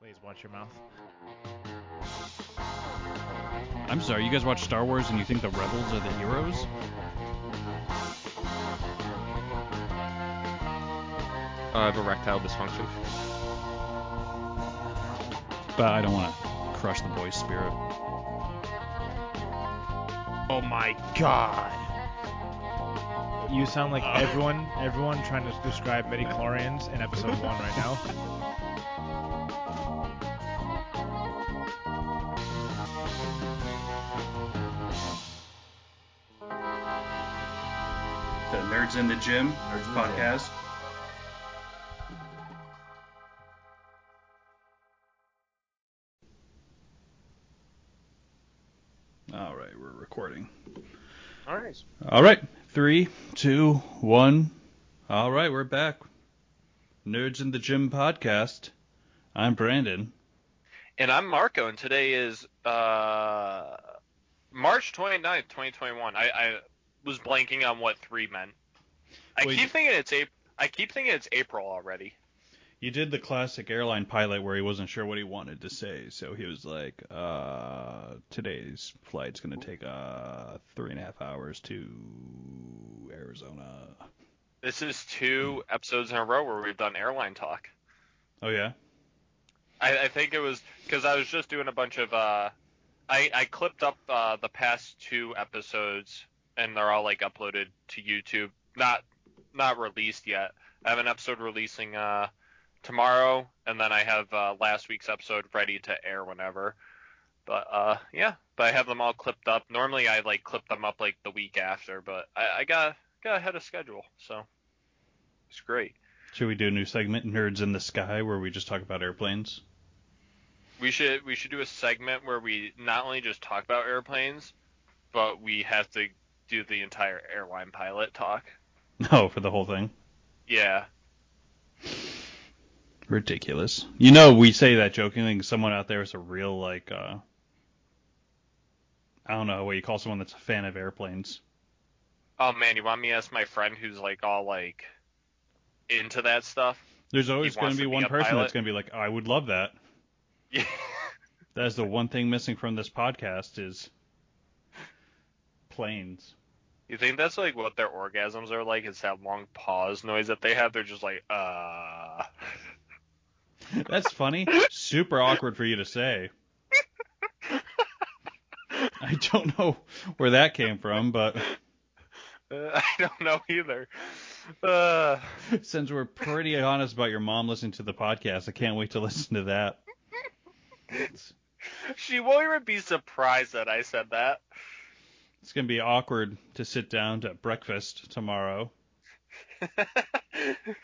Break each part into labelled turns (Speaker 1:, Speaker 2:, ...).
Speaker 1: Please watch your mouth.
Speaker 2: I'm sorry, you guys watch Star Wars and you think the rebels are the heroes?
Speaker 3: I have uh, erectile dysfunction.
Speaker 2: But I don't want to crush the boy's spirit.
Speaker 1: Oh my god. You sound like everyone everyone trying to describe midichlorians in episode 1 right now.
Speaker 4: The Nerds in the Gym Nerds podcast.
Speaker 2: All right, we're recording.
Speaker 4: All right.
Speaker 2: All right, three, two, one. All right, we're back. Nerds in the Gym podcast. I'm Brandon.
Speaker 3: And I'm Marco, and today is uh, March 29th, 2021. I, I was blanking on what three meant. I
Speaker 2: Well,
Speaker 3: keep
Speaker 2: you-
Speaker 3: thinking it's April. I keep thinking it's April already.
Speaker 2: You did the classic airline pilot where he wasn't sure what he wanted to say, so he was like, uh, today's flight's going to take uh, three and a half hours to Arizona.
Speaker 3: This is two episodes in a row where we've done airline talk.
Speaker 2: Oh, yeah?
Speaker 3: I, I think it was because I was just doing a bunch of. Uh, I, I clipped up uh, the past two episodes, and they're all like uploaded to YouTube. Not not released yet. I have an episode releasing uh, tomorrow, and then I have uh, last week's episode ready to air whenever. But uh, yeah, but I have them all clipped up. Normally I like clip them up like the week after, but I, I got got ahead of schedule, so it's great.
Speaker 2: Should we do a new segment, Nerds in the Sky, where we just talk about airplanes?
Speaker 3: We should we should do a segment where we not only just talk about airplanes, but we have to do the entire airline pilot talk.
Speaker 2: No, Oh, for the whole thing.
Speaker 3: Yeah.
Speaker 2: Ridiculous. You know, we say that jokingly. and Someone out there is a real like, uh, I don't know what you call someone that's a fan of airplanes.
Speaker 3: Oh man, you want me to ask my friend who's like all like into that stuff?
Speaker 2: There's always
Speaker 3: He
Speaker 2: going
Speaker 3: wants
Speaker 2: to be
Speaker 3: to be
Speaker 2: one
Speaker 3: a
Speaker 2: person
Speaker 3: pilot.
Speaker 2: that's going to be like, I would love that.
Speaker 3: Yeah.
Speaker 2: That is the one thing missing from this podcast is planes.
Speaker 3: You think that's like what their orgasms are like? It's that long pause noise that they have. They're just like, uh.
Speaker 2: That's funny. Super awkward for you to say. I don't know where that came from, but
Speaker 3: Uh, I don't know either. Uh,
Speaker 2: since we're pretty honest about your mom listening to the podcast, I can't wait to listen to that. It's,
Speaker 3: she won't even be surprised that I said that.
Speaker 2: it's going to be awkward to sit down to breakfast tomorrow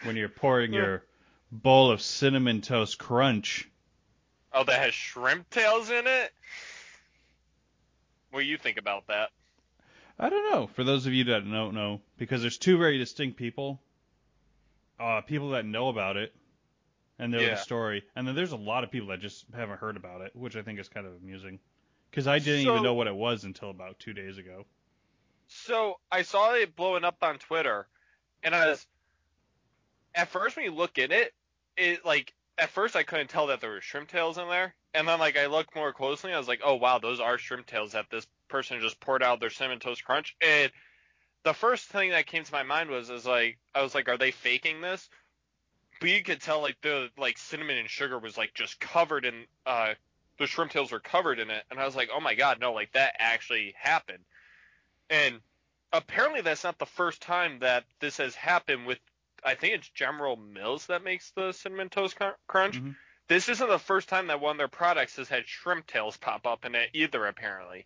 Speaker 2: when you're pouring your bowl of cinnamon toast crunch.
Speaker 3: Oh, that has shrimp tails in it? What do you think about that?
Speaker 2: I don't know. For those of you that don't know, because there's two very distinct people, uh, people that know about it and know
Speaker 3: Yeah.
Speaker 2: the story, and then there's a lot of people that just haven't heard about it, which I think is kind of amusing. Because I didn't even
Speaker 3: So-
Speaker 2: know what it was until about two days ago.
Speaker 3: So I saw it blowing up on Twitter, and I was at first when you look in it, it like at first I couldn't tell that there were shrimp tails in there, and then like I looked more closely, and I was like, oh wow, those are shrimp tails that this person just poured out their cinnamon toast crunch. And the first thing that came to my mind was is like I was like, are they faking this? But you could tell like the like cinnamon and sugar was like just covered in uh the shrimp tails were covered in it, and I was like, oh my god, no, like that actually happened. And apparently that's not the first time that this has happened with I think it's General Mills that makes the cinnamon toast Cr- crunch.
Speaker 2: Mhm.
Speaker 3: This isn't the first time that one of their products has had shrimp tails pop up in it either apparently.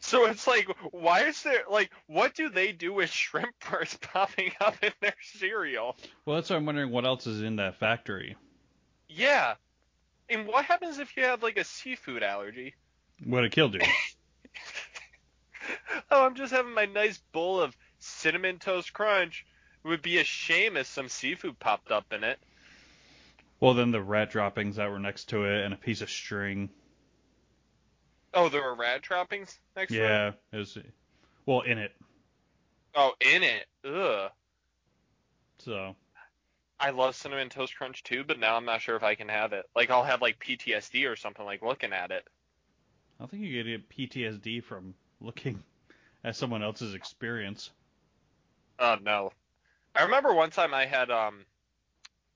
Speaker 3: So it's like why is there like what do they do with shrimp parts popping up in their cereal?
Speaker 2: Well, that's why I'm wondering what else is in that factory.
Speaker 3: Yeah. And what happens if you have like a seafood allergy?
Speaker 2: What it killed you.
Speaker 3: Oh, I'm just having my nice bowl of cinnamon toast crunch. It would be a shame if some seafood popped up in it.
Speaker 2: well, then the rat droppings that were next to it and a piece of string.
Speaker 3: Oh, there were rat droppings next to it?
Speaker 2: Yeah, it was. Well, in it.
Speaker 3: Oh, in it. Ugh.
Speaker 2: So
Speaker 3: I love cinnamon toast crunch too, but now I'm not sure if I can have it. Like I'll have like PTSD or something like looking at it.
Speaker 2: I don't think you get PTSD from looking at someone else's experience.
Speaker 3: Oh no. I remember one time I had um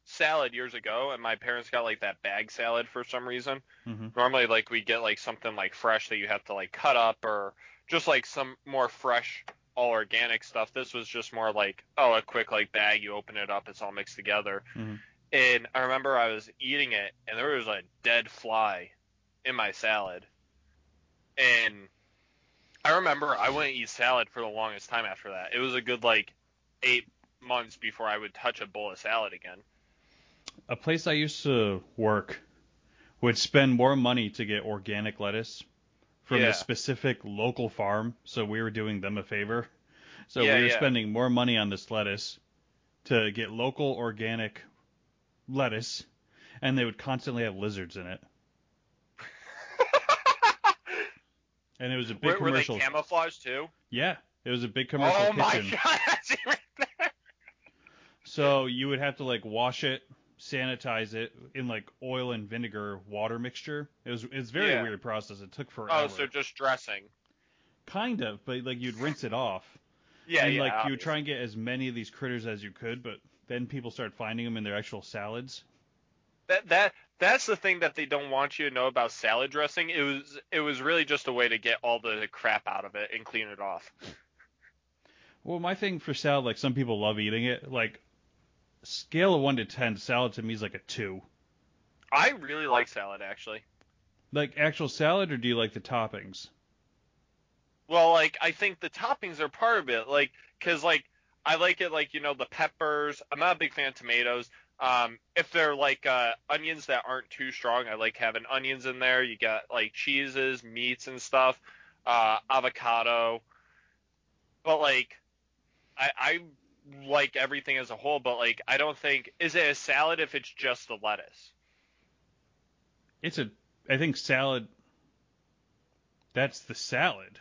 Speaker 3: salad years ago and my parents got like that bag salad for some reason.
Speaker 2: Mm-hmm.
Speaker 3: Normally like we get like something like fresh that you have to like cut up or just like some more fresh all organic stuff. This was just more like oh a quick like bag you open it up it's all mixed together.
Speaker 2: Mhm.
Speaker 3: And I remember I was eating it and there was a dead fly in my salad. And I remember I wouldn't eat salad for the longest time after that. It was a good like 8 months before I would touch a bowl of salad again.
Speaker 2: A place I used to work would spend more money to get organic lettuce from
Speaker 3: Yeah.
Speaker 2: a specific local farm, so we were doing them a favor. So
Speaker 3: Yeah,
Speaker 2: we were
Speaker 3: yeah.
Speaker 2: spending more money on this lettuce to get local organic lettuce, and they would constantly have lizards in it. and it was a big
Speaker 3: Were, were they
Speaker 2: commercial.
Speaker 3: camouflaged too?
Speaker 2: yeah, it was a big commercial
Speaker 3: oh
Speaker 2: kitchen.
Speaker 3: my god! I see right there.
Speaker 2: So you would have to like wash it, sanitize it in like oil and vinegar water mixture. It was it's a very
Speaker 3: Yeah.
Speaker 2: weird process. It took forever.
Speaker 3: Oh, so just dressing.
Speaker 2: kind of, but like you'd rinse it off.
Speaker 3: Yeah,
Speaker 2: and
Speaker 3: yeah.
Speaker 2: like you would try and get as many of these critters as you could, but then people start finding them in their actual salads.
Speaker 3: that that that's the thing that they don't want you to know about salad dressing. It was it was really just a way to get all the crap out of it and clean it off.
Speaker 2: Well, my thing for salad, like some people love eating it. Like scale of one to ten, salad to me is like a two.
Speaker 3: I really like salad actually.
Speaker 2: Like actual salad, or do you like the toppings?
Speaker 3: Well, like I think the toppings are part of it, like because like I like it like you know the peppers. I'm not a big fan of tomatoes. Um, if they're like uh, onions that aren't too strong, I like having onions in there. You got like cheeses, meats and stuff, uh, avocado. But like, I I like everything as a whole. But like, I don't think is it a salad if it's just the lettuce.
Speaker 2: It's a I think salad. That's the salad.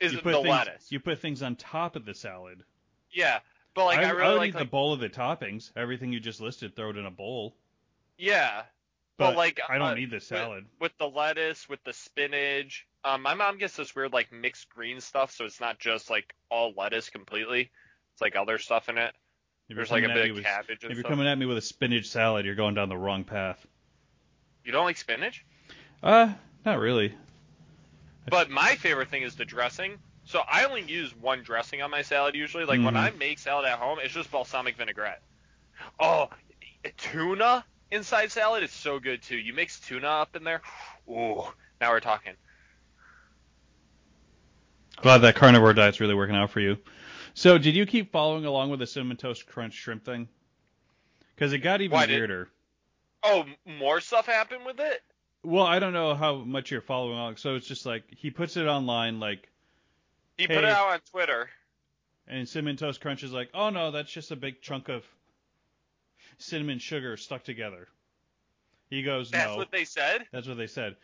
Speaker 3: Is
Speaker 2: you
Speaker 3: it
Speaker 2: put
Speaker 3: the
Speaker 2: things,
Speaker 3: lettuce?
Speaker 2: You put things on top of the salad.
Speaker 3: Yeah, but like I,
Speaker 2: I
Speaker 3: really
Speaker 2: would
Speaker 3: like,
Speaker 2: eat
Speaker 3: like
Speaker 2: the bowl of the toppings. Everything you just listed, throw it in a bowl.
Speaker 3: yeah.
Speaker 2: But
Speaker 3: But, like
Speaker 2: I don't
Speaker 3: uh,
Speaker 2: need the salad.
Speaker 3: with the lettuce, with the spinach. Um, my mom gets this weird like mixed green stuff, so it's not just like all lettuce completely. It's like other stuff in it.
Speaker 2: If
Speaker 3: There's like a
Speaker 2: coming at
Speaker 3: bit
Speaker 2: me
Speaker 3: of
Speaker 2: with-
Speaker 3: cabbage
Speaker 2: if
Speaker 3: and
Speaker 2: you're
Speaker 3: stuff.
Speaker 2: coming at me with a spinach salad, you're going down the wrong path.
Speaker 3: You don't like spinach?
Speaker 2: Uh, not really.
Speaker 3: But my favorite thing is the dressing. So I only use one dressing on my salad usually. Like when
Speaker 2: Mhm.
Speaker 3: I make salad at home, it's just balsamic vinaigrette. Oh, tuna inside salad is so good too. You mix tuna up in there. Ooh, now we're talking.
Speaker 2: Glad that carnivore diet's really working out for you. So, did you keep following along with the cinnamon toast crunch shrimp thing? Because it got even
Speaker 3: Why did-
Speaker 2: weirder.
Speaker 3: Oh, m- more stuff happened with it?
Speaker 2: Well, I don't know how much you're following along. So it's just like he puts it online, like,
Speaker 3: He put it
Speaker 2: Hey.
Speaker 3: out on Twitter.
Speaker 2: and cinnamon toast crunch is like, oh no, that's just a big chunk of cinnamon sugar stuck together. He goes,
Speaker 3: That's
Speaker 2: no.
Speaker 3: what they said.
Speaker 2: That's what they said.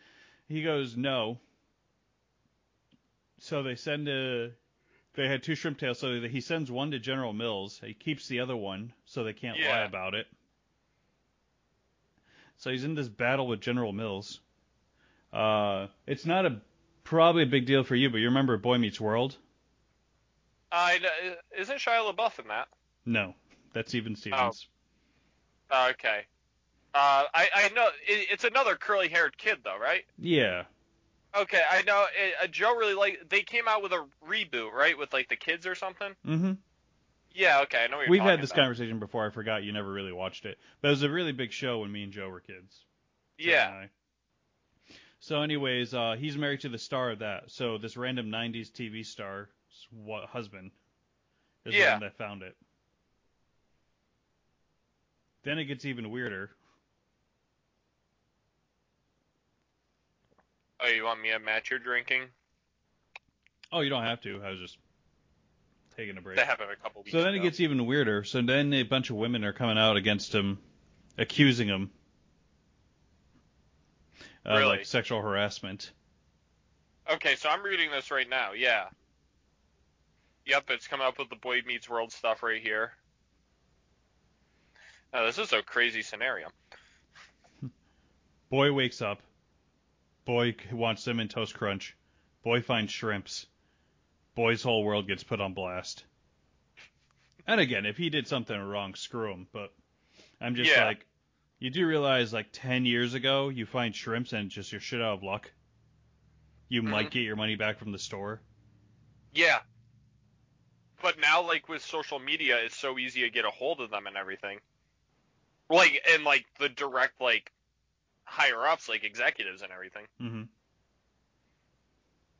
Speaker 2: He goes, no. So they send a. They had two shrimp tails, so he sends one to General Mills. He keeps the other one, so they can't lie
Speaker 3: Yeah.
Speaker 2: about it. So he's in this battle with General Mills. Uh, it's not a probably a big deal for you, but you remember Boy Meets World?
Speaker 3: Uh, I kn- isn't Shia LaBeouf in that?
Speaker 2: No, that's even Stevens.
Speaker 3: Oh, okay. Uh, I I know it, it's another curly-haired kid though, right?
Speaker 2: Yeah,
Speaker 3: Okay, I know. It, uh, Joe really like they came out with a reboot, right, with like the kids or something.
Speaker 2: mm-hmm.
Speaker 3: Yeah, okay, I know. What you're
Speaker 2: We've
Speaker 3: talking
Speaker 2: had this
Speaker 3: about.
Speaker 2: conversation before. I forgot you never really watched it, but it was a really big show when me and Joe were kids. Joe
Speaker 3: Yeah,
Speaker 2: and I. So, anyways, uh, he's married to the star of that. So this random '90s TV star's what husband is
Speaker 3: Yeah.
Speaker 2: the one that found it. Then it gets even weirder.
Speaker 3: Oh, you want me to match your drinking?
Speaker 2: Oh, you don't have to. I was just taking a break.
Speaker 3: That happened a couple weeks.
Speaker 2: So then it
Speaker 3: ago.
Speaker 2: gets even weirder. So then a bunch of women are coming out against him, accusing him of
Speaker 3: Really?
Speaker 2: like sexual harassment.
Speaker 3: Okay, so I'm reading this right now. Yeah. Yep, it's coming up with the Boy Meets World stuff right here. Now, this is a crazy scenario.
Speaker 2: Boy wakes up. Boy c- wants cinnamon toast crunch. Boy finds shrimps. Boy's whole world gets put on blast. And again, if he did something wrong, screw him. But I'm just
Speaker 3: Yeah.
Speaker 2: like, you do realize like 10 years ago, you find shrimps and just you're shit out of luck. You might get your money back from the store.
Speaker 3: Yeah. But now, like with social media, it's so easy to get a hold of them and everything. Like and like the direct like higher ups, like executives and everything.
Speaker 2: Mm-hmm.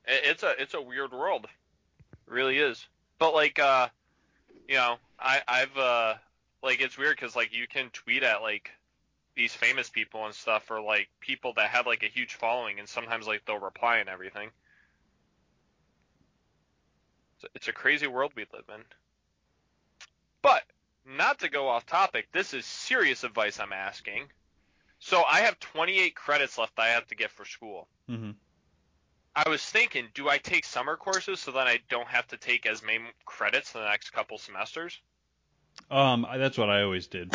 Speaker 3: It, it's a it's a weird world, It really is. But like uh, you know, I I've uh like it's weird because like you can tweet at like these famous people and stuff or like people that have like a huge following and sometimes like they'll reply and everything. It's- It's a crazy world we live in. But not to go off topic, this is serious advice I'm asking. So I have 28 credits left I have to get for school.
Speaker 2: Mm-hmm.
Speaker 3: I was thinking, do I take summer courses so that I don't have to take as many credits in the next couple semesters?
Speaker 2: Um, I- that's what I always did,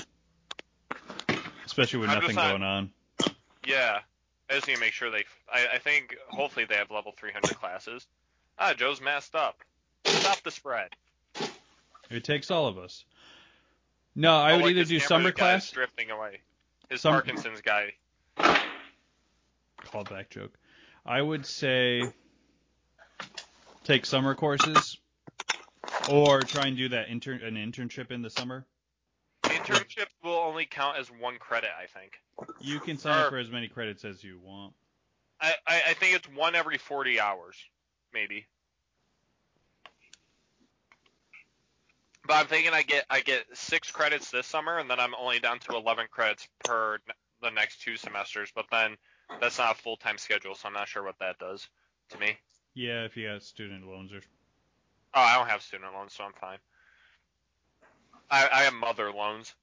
Speaker 2: especially with
Speaker 3: I'm
Speaker 2: nothing
Speaker 3: just not-
Speaker 2: going on.
Speaker 3: Yeah. I just need to make sure they. I, I think hopefully they have level 300 classes. Ah, Joe's masked up. Stop the spread.
Speaker 2: It takes all of us. No, I
Speaker 3: Oh,
Speaker 2: would
Speaker 3: like,
Speaker 2: either
Speaker 3: his
Speaker 2: do
Speaker 3: camera
Speaker 2: summer
Speaker 3: guy is
Speaker 2: class.
Speaker 3: Drifting away. His
Speaker 2: Sum-
Speaker 3: Parkinson's guy.
Speaker 2: Callback joke. I would say take summer courses, or try and do that intern an internship in the summer.
Speaker 3: Internship will only count as one credit, I think.
Speaker 2: You can sign up
Speaker 3: Or-
Speaker 2: for as many credits as you want.
Speaker 3: I, I, I think it's one every 40 hours, maybe. But I'm thinking I get I get six credits this summer, and then I'm only down to 11 credits per n- the next two semesters. But then that's not a full time schedule, so I'm not sure what that does to me.
Speaker 2: Yeah, if you got student loans or
Speaker 3: Oh, I don't have student loans, so I'm fine. I, I have mother loans.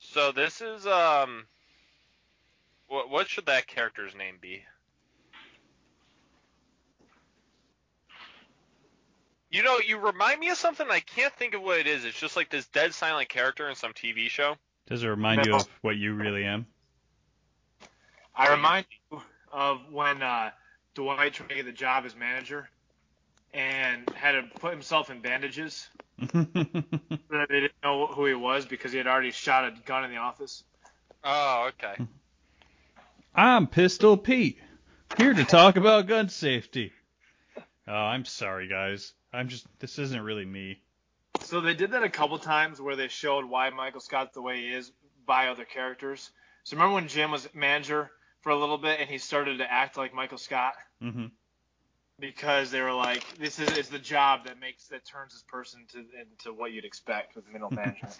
Speaker 3: so this is um, what what should that character's name be? You know, you remind me of something. I can't think of what it is. It's just like this dead silent character in some TV show.
Speaker 2: does it remind you of what you really am?
Speaker 4: I remind you of when uh, Dwight tried to get the job as manager and had to put himself in bandages so that they didn't know who he was because he had already shot a gun in the office.
Speaker 3: Oh, okay.
Speaker 2: I'm Pistol Pete, here to talk about gun safety. Oh, I'm sorry, guys. I'm just this isn't really me.
Speaker 4: So they did that a couple times where they showed why Michael Scott's the way he is by other characters. So remember when Jim was manager for a little bit and he started to act like Michael Scott
Speaker 2: hmm
Speaker 4: because they were like, this is it's the job that makes that turns this person to into what you'd expect with middle management.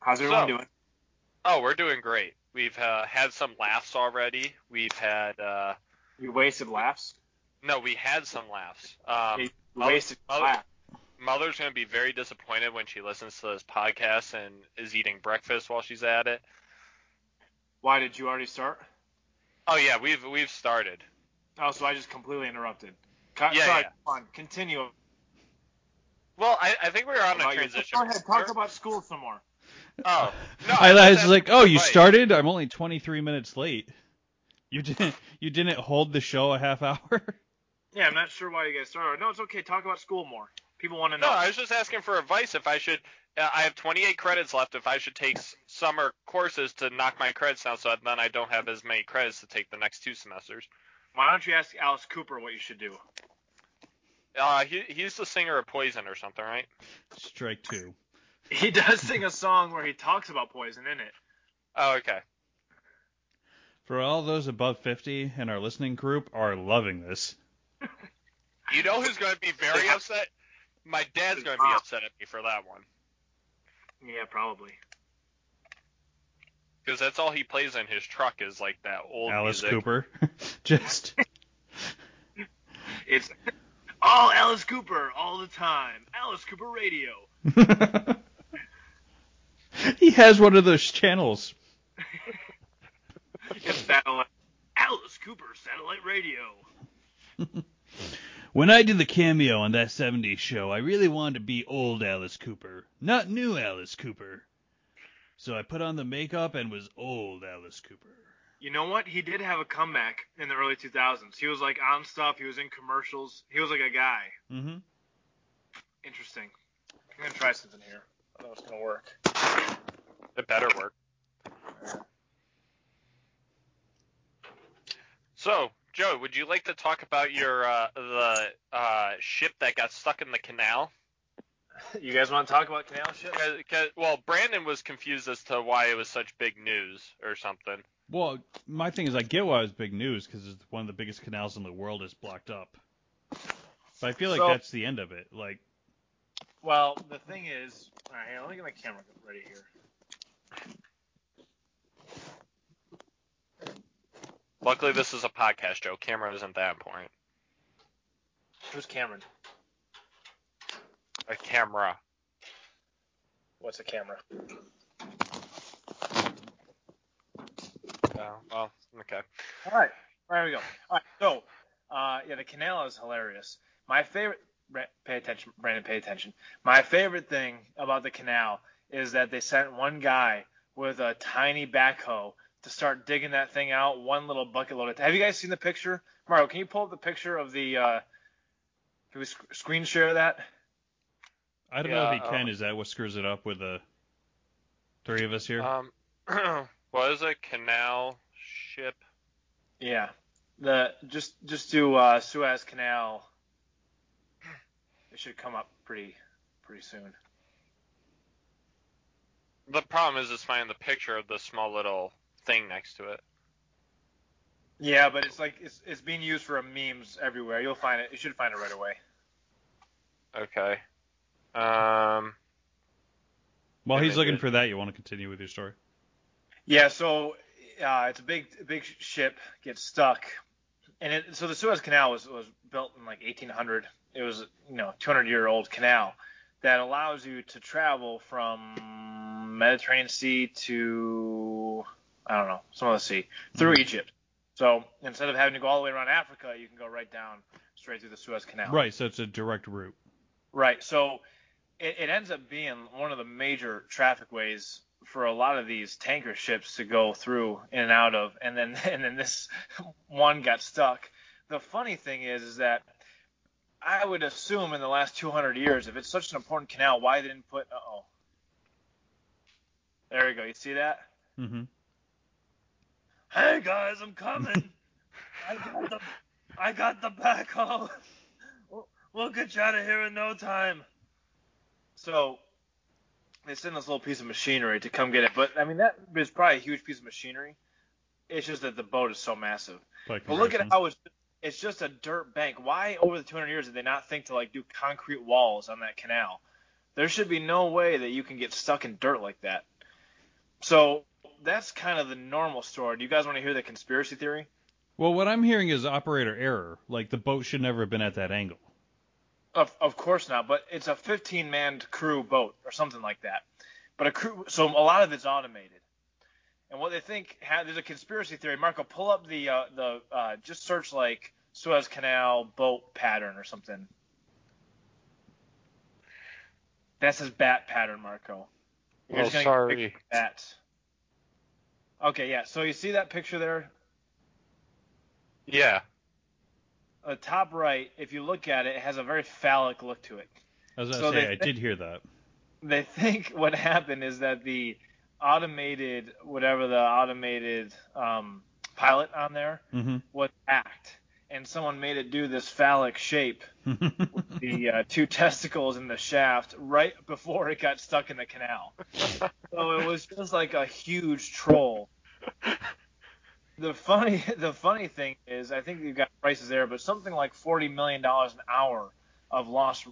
Speaker 4: How's everyone
Speaker 3: So-
Speaker 4: doing?
Speaker 3: Oh, we're doing great. We've uh, had some laughs already. We've had uh,
Speaker 4: You wasted laughs.
Speaker 3: no, we had some laughs. Um,
Speaker 4: You
Speaker 3: I'll-
Speaker 4: wasted
Speaker 3: I'll-
Speaker 4: laugh.
Speaker 3: Mother's gonna be very disappointed when she listens to this podcast and is eating breakfast while she's at it.
Speaker 4: Why did you already start?
Speaker 3: Oh yeah, we've we've started.
Speaker 4: Oh, so I just completely interrupted. Co-
Speaker 3: Yeah,
Speaker 4: sorry,
Speaker 3: yeah.
Speaker 4: Come on, continue.
Speaker 3: Well, I, I think we were on a
Speaker 4: about your-
Speaker 3: transition.
Speaker 4: Go ahead, talk about school some more.
Speaker 3: oh no,
Speaker 2: I,
Speaker 3: was
Speaker 2: was
Speaker 3: asking
Speaker 2: like, oh, you
Speaker 3: advice.
Speaker 2: started? I'm only 23 minutes late. You didn't. You didn't hold the show a half hour.
Speaker 4: Yeah, I'm not sure why you guys started. No, it's okay. Talk about school more. People want to know.
Speaker 3: No, I was just asking for advice if I should. Uh, I have 28 credits left. If I should take s- summer courses to knock my credits down, so then I don't have as many credits to take the next two semesters.
Speaker 4: Why don't you ask Alice Cooper what you should do?
Speaker 3: Uh, he, he's the singer of Poison or something, right?
Speaker 2: Strike two.
Speaker 4: He does sing a song where he talks about poison in it.
Speaker 3: Oh, okay.
Speaker 2: For all those above 50 in our listening group are loving this.
Speaker 3: You know who's gonna be very upset? My dad's gonna be upset at me for that one.
Speaker 4: Yeah, probably.
Speaker 3: because that's all he plays in his truck is like that old
Speaker 2: Alice
Speaker 3: music.
Speaker 2: Cooper. Just
Speaker 4: It's all Alice Cooper all the time. Alice Cooper radio.
Speaker 2: he has one of those channels.
Speaker 4: It's satellite. Alice Cooper satellite radio.
Speaker 2: When I did the cameo on that 70s show, I really wanted to be old Alice Cooper, not new Alice Cooper. So I put on the makeup and was old Alice Cooper.
Speaker 4: You know what? He did have a comeback in the early 2000s. He was like on stuff. He was in commercials. He was like a guy.
Speaker 2: Mm-hmm.
Speaker 4: Interesting. I'm gonna try something here. I don't know if it's gonna work.
Speaker 3: It better work. So, Joe, would you like to talk about your uh, the uh, ship that got stuck in the canal?
Speaker 4: You guys want to talk about canal shit?
Speaker 3: 'Cause- 'cause- well, Brandon was confused as to why it was such big news or something.
Speaker 2: Well, my thing is, I get why it was big news because it's one of the biggest canals in the world is blocked up. But I feel like
Speaker 4: So-
Speaker 2: that's the end of it. Like,
Speaker 4: Well, the thing is, all right, here, let me get my camera ready here.
Speaker 3: Luckily, this is a podcast, Joe. Camera isn't that important.
Speaker 4: Who's Cameron?
Speaker 3: A camera.
Speaker 4: What's a camera?
Speaker 3: Oh, well, okay.
Speaker 4: All right, all right, here we go. All right, so uh, yeah, the canal is hilarious. My favorite. Bra- Pay attention, Brandon. Pay attention. My favorite thing about the canal is that they sent one guy with a tiny backhoe to start digging that thing out, one little bucket load. at- Have you guys seen the picture, Mario? Can you pull up the picture of the? Uh, can we sc- screen share that?
Speaker 2: I don't know if he
Speaker 3: Yeah,
Speaker 4: um,
Speaker 2: can.
Speaker 3: uh,
Speaker 2: Is that what screws it up with the three of us here?
Speaker 4: Uh,
Speaker 3: Um, what is a canal ship?
Speaker 4: Yeah. The just just do uh, Suez Canal. It should come up pretty pretty soon.
Speaker 3: The problem is, it's finding the picture of the small little thing next to it.
Speaker 4: Yeah, but it's like it's it's being used for memes everywhere. You'll find it. You should find it right away.
Speaker 3: Okay. Um.
Speaker 2: While
Speaker 3: Yeah,
Speaker 2: he's
Speaker 3: they
Speaker 2: looking
Speaker 3: did.
Speaker 2: for that, you want to continue with your story?
Speaker 4: Yeah. So uh, it's a big a big ship gets stuck, and it, so the Suez Canal was was built in like 1800. It was you know 200 year old canal that allows you to travel from Mediterranean Sea to I don't know some other sea through Egypt. So instead of having to go all the way around Africa, you can go right down straight through the Suez Canal.
Speaker 2: Right, so it's a direct route.
Speaker 4: Right. So it, it ends up being one of the major traffic ways for a lot of these tanker ships to go through in and out of, and then and then this one got stuck. The funny thing is, is that I would assume in the last 200 years, if it's such an important canal, why they didn't put? Uh oh. There you go. You see that?
Speaker 2: hmm
Speaker 4: Hey guys, I'm coming. I got the I got the backhoe. We'll- We'll get you out of here in no time. So they send this little piece of machinery to come get it, but I mean that is probably a huge piece of machinery. It's just that the boat is so massive. But look at how it's it's just a dirt bank. Why over the 200 years did they not think to like do concrete walls on that canal? There should be no way that you can get stuck in dirt like that. So that's kind of the normal story. Do you guys want to hear the conspiracy theory?
Speaker 2: Well, what I'm hearing is operator error. Like the boat should never have been at that angle.
Speaker 4: Of, of course not, but it's a 15 man crew boat or something like that. But a crew, so a lot of it's automated. And what they think, ha- there's a conspiracy theory. Marco, pull up the uh, the uh, just search like Suez Canal boat pattern or something. That's his bat pattern, Marco. You're
Speaker 3: Well,
Speaker 4: just gonna get
Speaker 3: Oh, sorry.
Speaker 4: a picture of Bats. Okay, yeah. So you see that picture there
Speaker 3: Yeah.
Speaker 4: uh, top right, if you look at it, it has a very phallic look to it.
Speaker 2: I was gonna
Speaker 4: So
Speaker 2: say,
Speaker 4: they-
Speaker 2: I did hear that.
Speaker 4: They think what happened is that the automated, whatever the automated um, pilot on there
Speaker 2: Mm-hmm.
Speaker 4: was hacked, and someone made it do this phallic shape, the uh, two testicles in the shaft, right before it got stuck in the canal. So it was just like a huge troll. The funny, the funny thing is, I think you've got prices there, but something like forty million dollars an hour of lost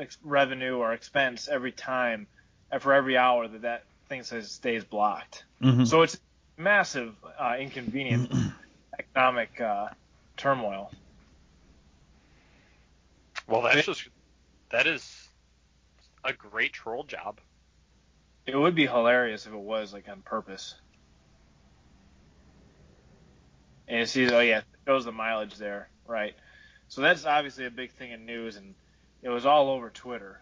Speaker 4: ex- revenue or expense every time, uh, for every hour that that thing says stays blocked.
Speaker 2: Mhm.
Speaker 4: So it's massive uh, inconvenience, economic uh, turmoil.
Speaker 3: Well, that's just that is a great troll job.
Speaker 4: It would be hilarious if it was like on purpose. And it sees, oh yeah, it shows the mileage there, right? So that's obviously a big thing in news, and it was all over Twitter.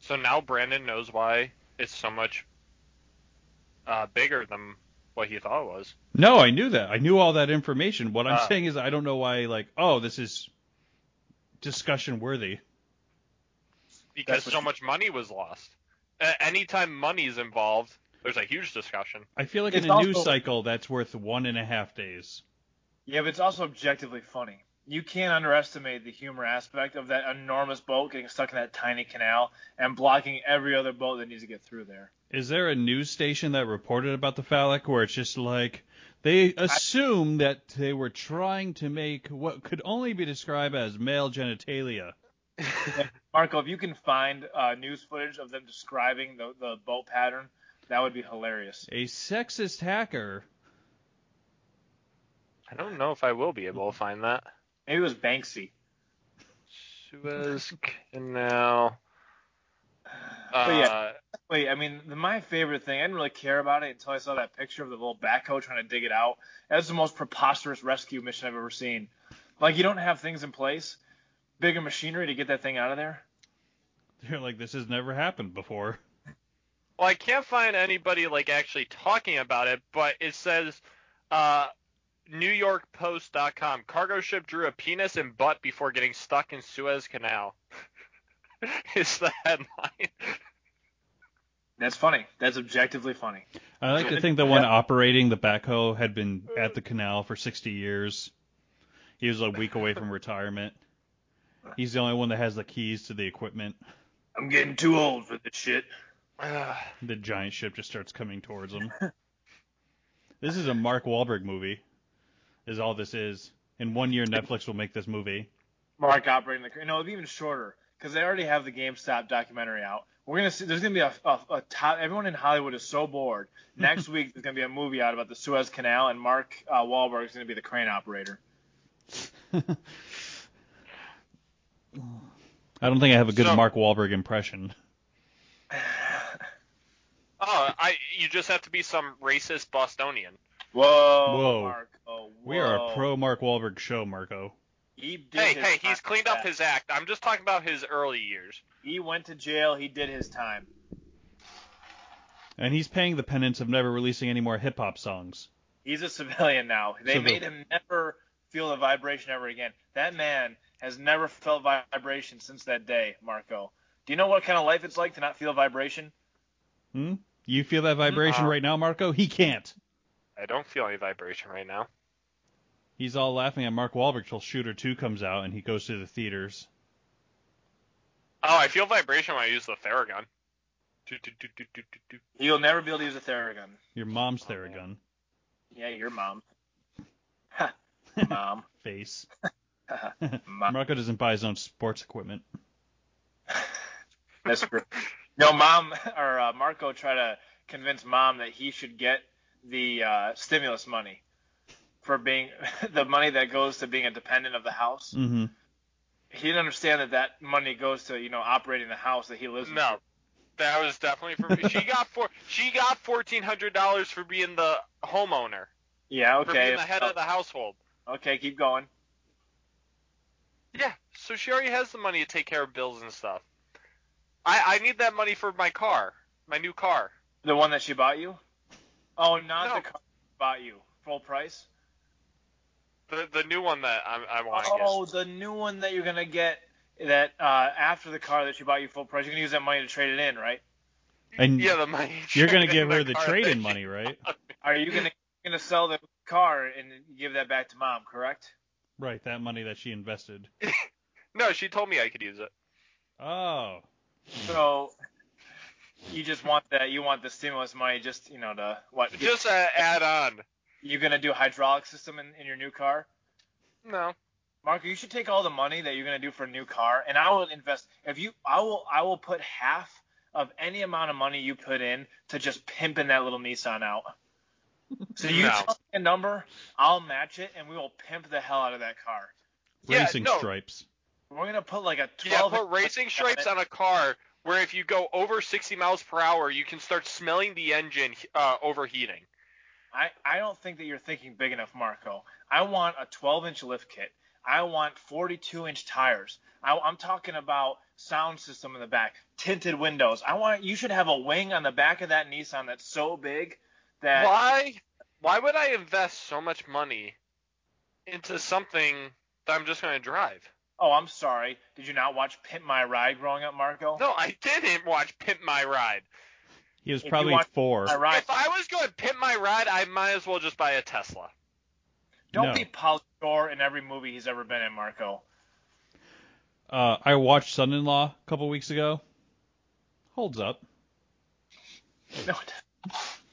Speaker 3: So now Brandon knows why it's so much uh, bigger than what he thought it was.
Speaker 2: No, I knew that. I knew all that information. What I'm
Speaker 3: Ah.
Speaker 2: saying is I don't know why like, oh, this is discussion worthy.
Speaker 3: because
Speaker 4: That's what
Speaker 3: so
Speaker 4: she-
Speaker 3: much money was lost. Uh, anytime money's involved, there's a huge discussion.
Speaker 2: I feel like
Speaker 4: It's
Speaker 2: in a news
Speaker 4: also-
Speaker 2: cycle that's worth one and a half days.
Speaker 4: Yeah, but it's also objectively funny. You can't underestimate the humor aspect of that enormous boat getting stuck in that tiny canal and blocking every other boat that needs to get through there.
Speaker 2: Is there a news station that reported about the phallic where it's just like they assume that they were trying to make what could only be described as male genitalia?
Speaker 4: Marco, if you can find uh, news footage of them describing the, the boat pattern, that would be hilarious.
Speaker 2: A sexist hacker.
Speaker 3: I don't know if I will be able to find that.
Speaker 4: Maybe it was Banksy.
Speaker 3: Suez Canal. Uh,
Speaker 4: But yeah. Wait, I mean, the, my favorite thing, I didn't really care about it until I saw that picture of the little backhoe trying to dig it out. That's the most preposterous rescue mission I've ever seen. Like, you don't have things in place, bigger machinery to get that thing out of there.
Speaker 2: They're like, this has never happened before.
Speaker 3: Well, I can't find anybody like actually talking about it, but it says uh, NewYorkPost.com cargo ship drew a penis and butt before getting stuck in Suez Canal. Is the headline?
Speaker 4: That's funny. That's objectively funny.
Speaker 2: I like to think the one operating the backhoe had been at the canal for 60 years. He was a week away from retirement. He's the only one that has the keys to the equipment.
Speaker 4: I'm getting too old for this shit.
Speaker 3: Ugh.
Speaker 2: The giant ship just starts coming towards him. this is a Mark Wahlberg movie, is all this is. In one year, Netflix will make this movie.
Speaker 4: Mark operating the. No, it'd be even shorter because they already have the GameStop documentary out. We're gonna see. There's gonna be a, a, a top. Everyone in Hollywood is so bored. Next week there's gonna be a movie out about the Suez Canal, and Mark uh, Wahlberg is gonna be the crane operator.
Speaker 2: I don't think I have a good
Speaker 3: So-
Speaker 2: Mark Wahlberg impression.
Speaker 3: Oh, I you just have to be some racist Bostonian.
Speaker 4: Whoa.
Speaker 2: Whoa.
Speaker 4: Mark, oh,
Speaker 2: We are
Speaker 4: whoa.
Speaker 2: a pro Mark Wahlberg show, Marco.
Speaker 4: He did
Speaker 3: Hey,
Speaker 4: his
Speaker 3: hey, he's
Speaker 4: time
Speaker 3: cleaned
Speaker 4: for
Speaker 3: up
Speaker 4: that.
Speaker 3: his act. I'm just talking about his early years.
Speaker 4: He went to jail. He did his time.
Speaker 2: And he's paying the penance of never releasing any more hip hop songs.
Speaker 4: He's a civilian now. They
Speaker 2: So the-
Speaker 4: made him never feel a vibration ever again. That man has never felt vibration since that day, Marco. Do you know what kind of life it's like to not feel vibration?
Speaker 2: Hmm? You feel that vibration
Speaker 3: Uh-uh.
Speaker 2: right now, Marco? He can't.
Speaker 3: I don't feel any vibration right now.
Speaker 2: He's all laughing at Mark Wahlberg till Shooter 2 comes out and he goes to the theaters.
Speaker 3: Oh, I feel vibration when I use the Theragun. Do, do, do, do, do, do, do.
Speaker 4: You'll never be able to use a Theragun.
Speaker 2: Your mom's
Speaker 3: Oh, man.
Speaker 2: Theragun
Speaker 4: Yeah, your mom. Ha, mom.
Speaker 2: face.
Speaker 4: mom.
Speaker 2: Marco doesn't buy his own sports equipment.
Speaker 4: That's true. No, mom or uh, Marco try to convince mom that he should get the uh, stimulus money for being the money that goes to being a dependent of the house.
Speaker 2: Mm-hmm.
Speaker 4: he didn't understand that that money goes to you know operating the house that he lives in.
Speaker 3: No, that was definitely for me. She got four. She got fourteen hundred dollars for being the homeowner,
Speaker 4: Yeah.
Speaker 3: for being
Speaker 4: Okay.
Speaker 3: the head of the household.
Speaker 4: Okay. Keep going.
Speaker 3: Yeah, so she already has the money to take care of bills and stuff. I I need that money for my car, my new car.
Speaker 4: The one that she bought you. Oh, not
Speaker 3: No.
Speaker 4: the car she bought you. Full price.
Speaker 3: The, the new one that I, I want to
Speaker 4: Oh, the new one that you're gonna get that uh, after the car that she bought you full price. You're gonna use that money to trade it in, right?
Speaker 3: get.
Speaker 2: And
Speaker 3: yeah, the money.
Speaker 2: You're going to
Speaker 3: traded
Speaker 2: give her
Speaker 3: in
Speaker 2: the
Speaker 3: car
Speaker 2: trade in
Speaker 3: that
Speaker 2: money, right?
Speaker 4: Are you gonna you're gonna sell the car and give that back to mom? Correct.
Speaker 2: Right, that money that she invested.
Speaker 3: she- No, she told me I could use it.
Speaker 2: Oh.
Speaker 3: Hmm.
Speaker 4: So. You just want that. You want the stimulus money, just you know, to what?
Speaker 3: Just a add on.
Speaker 4: you gonna do a hydraulic system in, in your new car?
Speaker 3: No.
Speaker 4: Marco, you should take all the money that you're gonna do for a new car, and I will invest. If you, I will, I will put half of any amount of money you put in to just pimping that little Nissan out. So you
Speaker 3: No.
Speaker 4: tell me a number, I'll match it, and we will pimp the hell out of that car.
Speaker 3: Yeah,
Speaker 2: Racing
Speaker 3: no.
Speaker 2: stripes.
Speaker 4: We're gonna put like a
Speaker 3: Yeah,
Speaker 4: twelve.
Speaker 3: put racing stripes on a car where if you go over 60 miles per hour, you can start smelling the engine uh, overheating.
Speaker 4: I, I don't think that you're thinking big enough, Marco. I want a 12 inch lift kit. I want 42 inch tires. I, I'm talking about sound system in the back, tinted windows. I want you should have a wing on the back of that Nissan that's so big that
Speaker 3: Why? Why would I invest so much money into something that I'm just going to drive?
Speaker 4: Oh, I'm sorry. Did you not watch Pimp My Ride growing up, Marco?
Speaker 3: No, I didn't watch Pimp My Ride.
Speaker 2: He was
Speaker 4: If you
Speaker 2: probably
Speaker 4: want-
Speaker 2: four.
Speaker 4: My Ride.
Speaker 3: If I was going to Pimp My Ride, I might as well just buy a Tesla.
Speaker 4: Don't
Speaker 2: No.
Speaker 4: be Paul Shore in every movie he's ever been in, Marco.
Speaker 2: Uh, I watched Son-in-Law a couple weeks ago. Holds up.
Speaker 4: No, it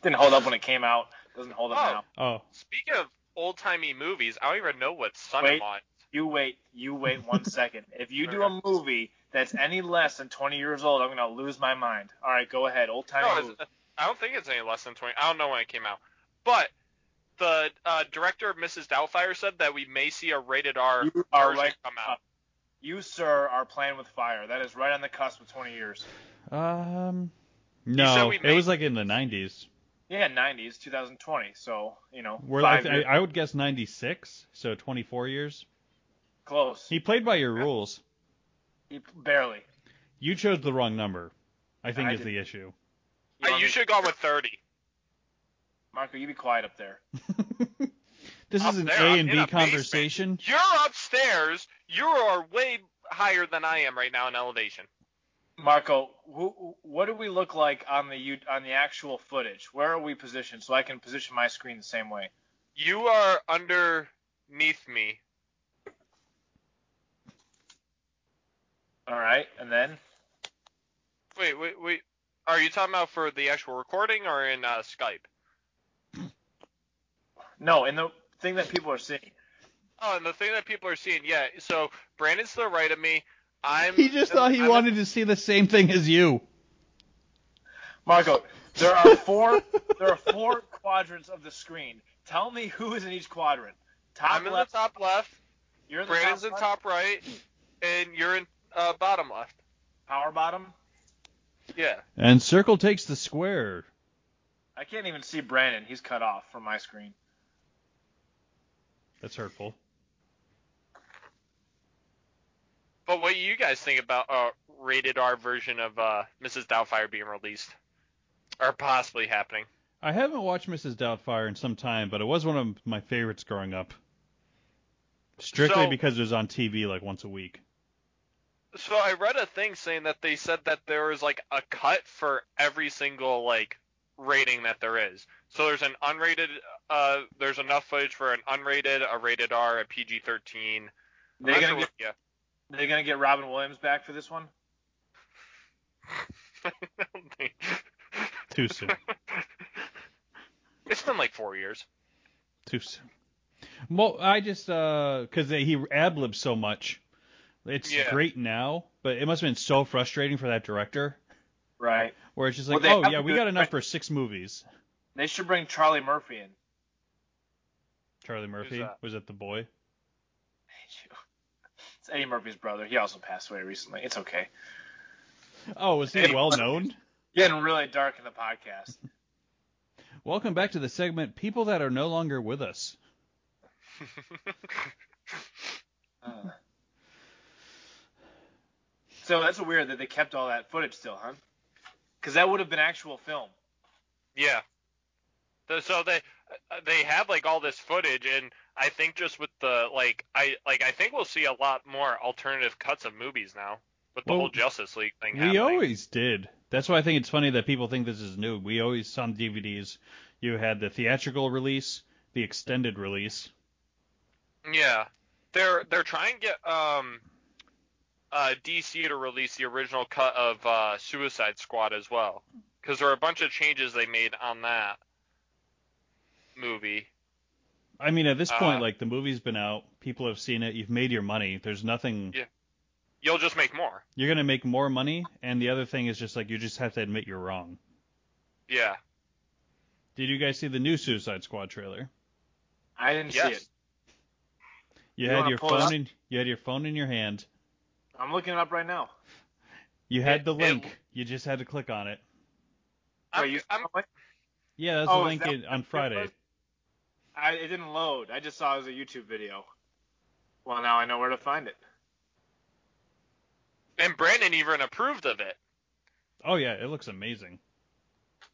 Speaker 4: didn't hold up when it came out. Doesn't hold up
Speaker 3: Oh.
Speaker 4: now.
Speaker 2: Oh,
Speaker 3: Speaking of old timey movies, I don't even know what son
Speaker 4: Wait.
Speaker 3: I'm on.
Speaker 4: You wait. You wait one second. If you do a movie that's any less than 20 years old, I'm gonna lose my mind. All right, go ahead. Old time.
Speaker 3: No, it's- I don't think it's any less than 20. I don't know when it came out. But the uh, director of Mrs. Doubtfire said that we may see a rated R
Speaker 4: You are
Speaker 3: version
Speaker 4: right.
Speaker 3: come out.
Speaker 4: You sir are playing with fire. That is right on the cusp of 20 years.
Speaker 2: um,
Speaker 3: said
Speaker 2: no,
Speaker 3: we
Speaker 2: it
Speaker 3: made-
Speaker 2: was like in the 90s.
Speaker 4: Yeah, 90s, 2020. So you know,
Speaker 2: We're
Speaker 4: five
Speaker 2: like, I,
Speaker 4: years
Speaker 2: I would guess 96, so 24 years.
Speaker 4: close.
Speaker 2: He played by your rules.
Speaker 4: He- barely.
Speaker 2: You chose the wrong number. I think
Speaker 4: I
Speaker 2: is
Speaker 4: did.
Speaker 2: the issue.
Speaker 3: Uh, You,
Speaker 4: know what I mean?
Speaker 3: should go with 30.
Speaker 4: Marco, you be quiet up there.
Speaker 2: this
Speaker 3: Up
Speaker 2: is an
Speaker 3: there,
Speaker 2: A
Speaker 3: I'm
Speaker 2: and
Speaker 3: in
Speaker 2: B
Speaker 3: a
Speaker 2: conversation.
Speaker 3: You're upstairs. You are way higher than I am right now in elevation.
Speaker 4: Marco, who, what do we look like on the you- on the actual footage? Where are we positioned so I can position my screen the same way?
Speaker 3: You are underneath me.
Speaker 4: All right, and then
Speaker 3: Wait, wait, wait. Are you talking about for the actual recording or in uh, Skype?
Speaker 4: no, and the thing that people are seeing.
Speaker 3: Oh, and the thing that people are seeing, yeah. So Brandon's to the right of me. I'm.
Speaker 2: He just thought he
Speaker 3: I'm-
Speaker 2: wanted to see the same thing as you.
Speaker 4: Marco, there are four there are four quadrants of the screen. Tell me who is in each quadrant. Top
Speaker 3: I'm in the
Speaker 4: left.
Speaker 3: top left.
Speaker 4: you're in the
Speaker 3: Brandon's
Speaker 4: top,
Speaker 3: in
Speaker 4: left,
Speaker 3: top right, and you're in uh, bottom left.
Speaker 4: Power bottom.
Speaker 3: Yeah.
Speaker 2: And circle takes the square.
Speaker 4: I can't even see Brandon. He's cut off from my screen.
Speaker 2: That's hurtful.
Speaker 3: But what do you guys think about a rated R version of uh, Mrs. Doubtfire being released, or possibly happening?
Speaker 2: I haven't watched Mrs. Doubtfire in some time, but it was one of my favorites growing up. Strictly
Speaker 3: So-
Speaker 2: because it was on TV like once a week.
Speaker 3: So I read a thing saying that they said that there was like a cut for every single like rating that there is. So there's an unrated, uh, there's enough footage for an unrated, a rated R, a PG-13.
Speaker 4: They're
Speaker 3: I'm
Speaker 4: gonna
Speaker 3: sure-
Speaker 4: get they're gonna get Robin Williams back for this one.
Speaker 3: yeah.
Speaker 2: Too soon.
Speaker 3: it's been like four years.
Speaker 2: Too soon. Well, I just uh 'cause they he ad libs so much. It's
Speaker 3: Yeah.
Speaker 2: great now, but it must have been so frustrating for that director,
Speaker 4: Right.
Speaker 2: where it's just
Speaker 4: Well,
Speaker 2: like,
Speaker 4: they
Speaker 2: oh
Speaker 4: have
Speaker 2: yeah,
Speaker 4: to
Speaker 2: we
Speaker 4: do it
Speaker 2: got enough
Speaker 4: right.
Speaker 2: for six movies.
Speaker 4: They should bring Charlie Murphy in.
Speaker 2: Charlie Murphy
Speaker 3: that?
Speaker 2: was it the boy?
Speaker 4: Thank you. It's Eddie Murphy's brother. He also passed away recently. It's okay.
Speaker 2: Oh, was he
Speaker 4: Eddie
Speaker 2: well
Speaker 4: Murphy.
Speaker 2: known?
Speaker 4: Getting really dark in the podcast.
Speaker 2: Welcome back to the segment People That Are No Longer With Us.
Speaker 4: Uh. So that's weird that they kept all that footage still, huh? Because that would have been actual film.
Speaker 3: Yeah. So- So they uh, they have like all this footage, and I think just with the like I like I think we'll see a lot more alternative cuts of movies now with the
Speaker 2: Well,
Speaker 3: whole Justice League thing.
Speaker 2: We
Speaker 3: happening.
Speaker 2: always did. That's why I think it's funny that people think this is new. We always on DVDs, you had the theatrical release, the extended release.
Speaker 3: yeah they're they're trying to get um uh DC to release the original cut of uh, Suicide Squad as well because there are a bunch of changes they made on that movie.
Speaker 2: I mean, at this
Speaker 4: Uh-huh.
Speaker 3: Uh,
Speaker 2: point, like the movie's been out, people have seen it. You've made your money. There's nothing.
Speaker 3: Yeah. You'll just make more.
Speaker 2: You're gonna make more money, and the other thing is just like you just have to admit you're wrong.
Speaker 3: Yeah.
Speaker 2: Did you guys see the new Suicide Squad trailer?
Speaker 4: I didn't see
Speaker 3: Yes.
Speaker 4: it.
Speaker 2: You,
Speaker 4: You
Speaker 2: had
Speaker 4: wanna
Speaker 2: your
Speaker 4: pull it up?
Speaker 2: phone in. You had your phone in your hand.
Speaker 4: I'm looking it up right now.
Speaker 2: You had
Speaker 3: It-
Speaker 2: the
Speaker 3: it-
Speaker 2: link. you just had to click on it.
Speaker 3: I'm,
Speaker 4: Wait, you-
Speaker 3: I'm,
Speaker 2: Yeah, that's
Speaker 4: Oh,
Speaker 2: the
Speaker 4: is
Speaker 2: link
Speaker 4: that
Speaker 2: in, on Friday.
Speaker 4: I, it didn't load. I just saw it was a YouTube video. Well, now I know where to find it.
Speaker 3: And Brandon even approved of it.
Speaker 2: Oh yeah, it looks amazing.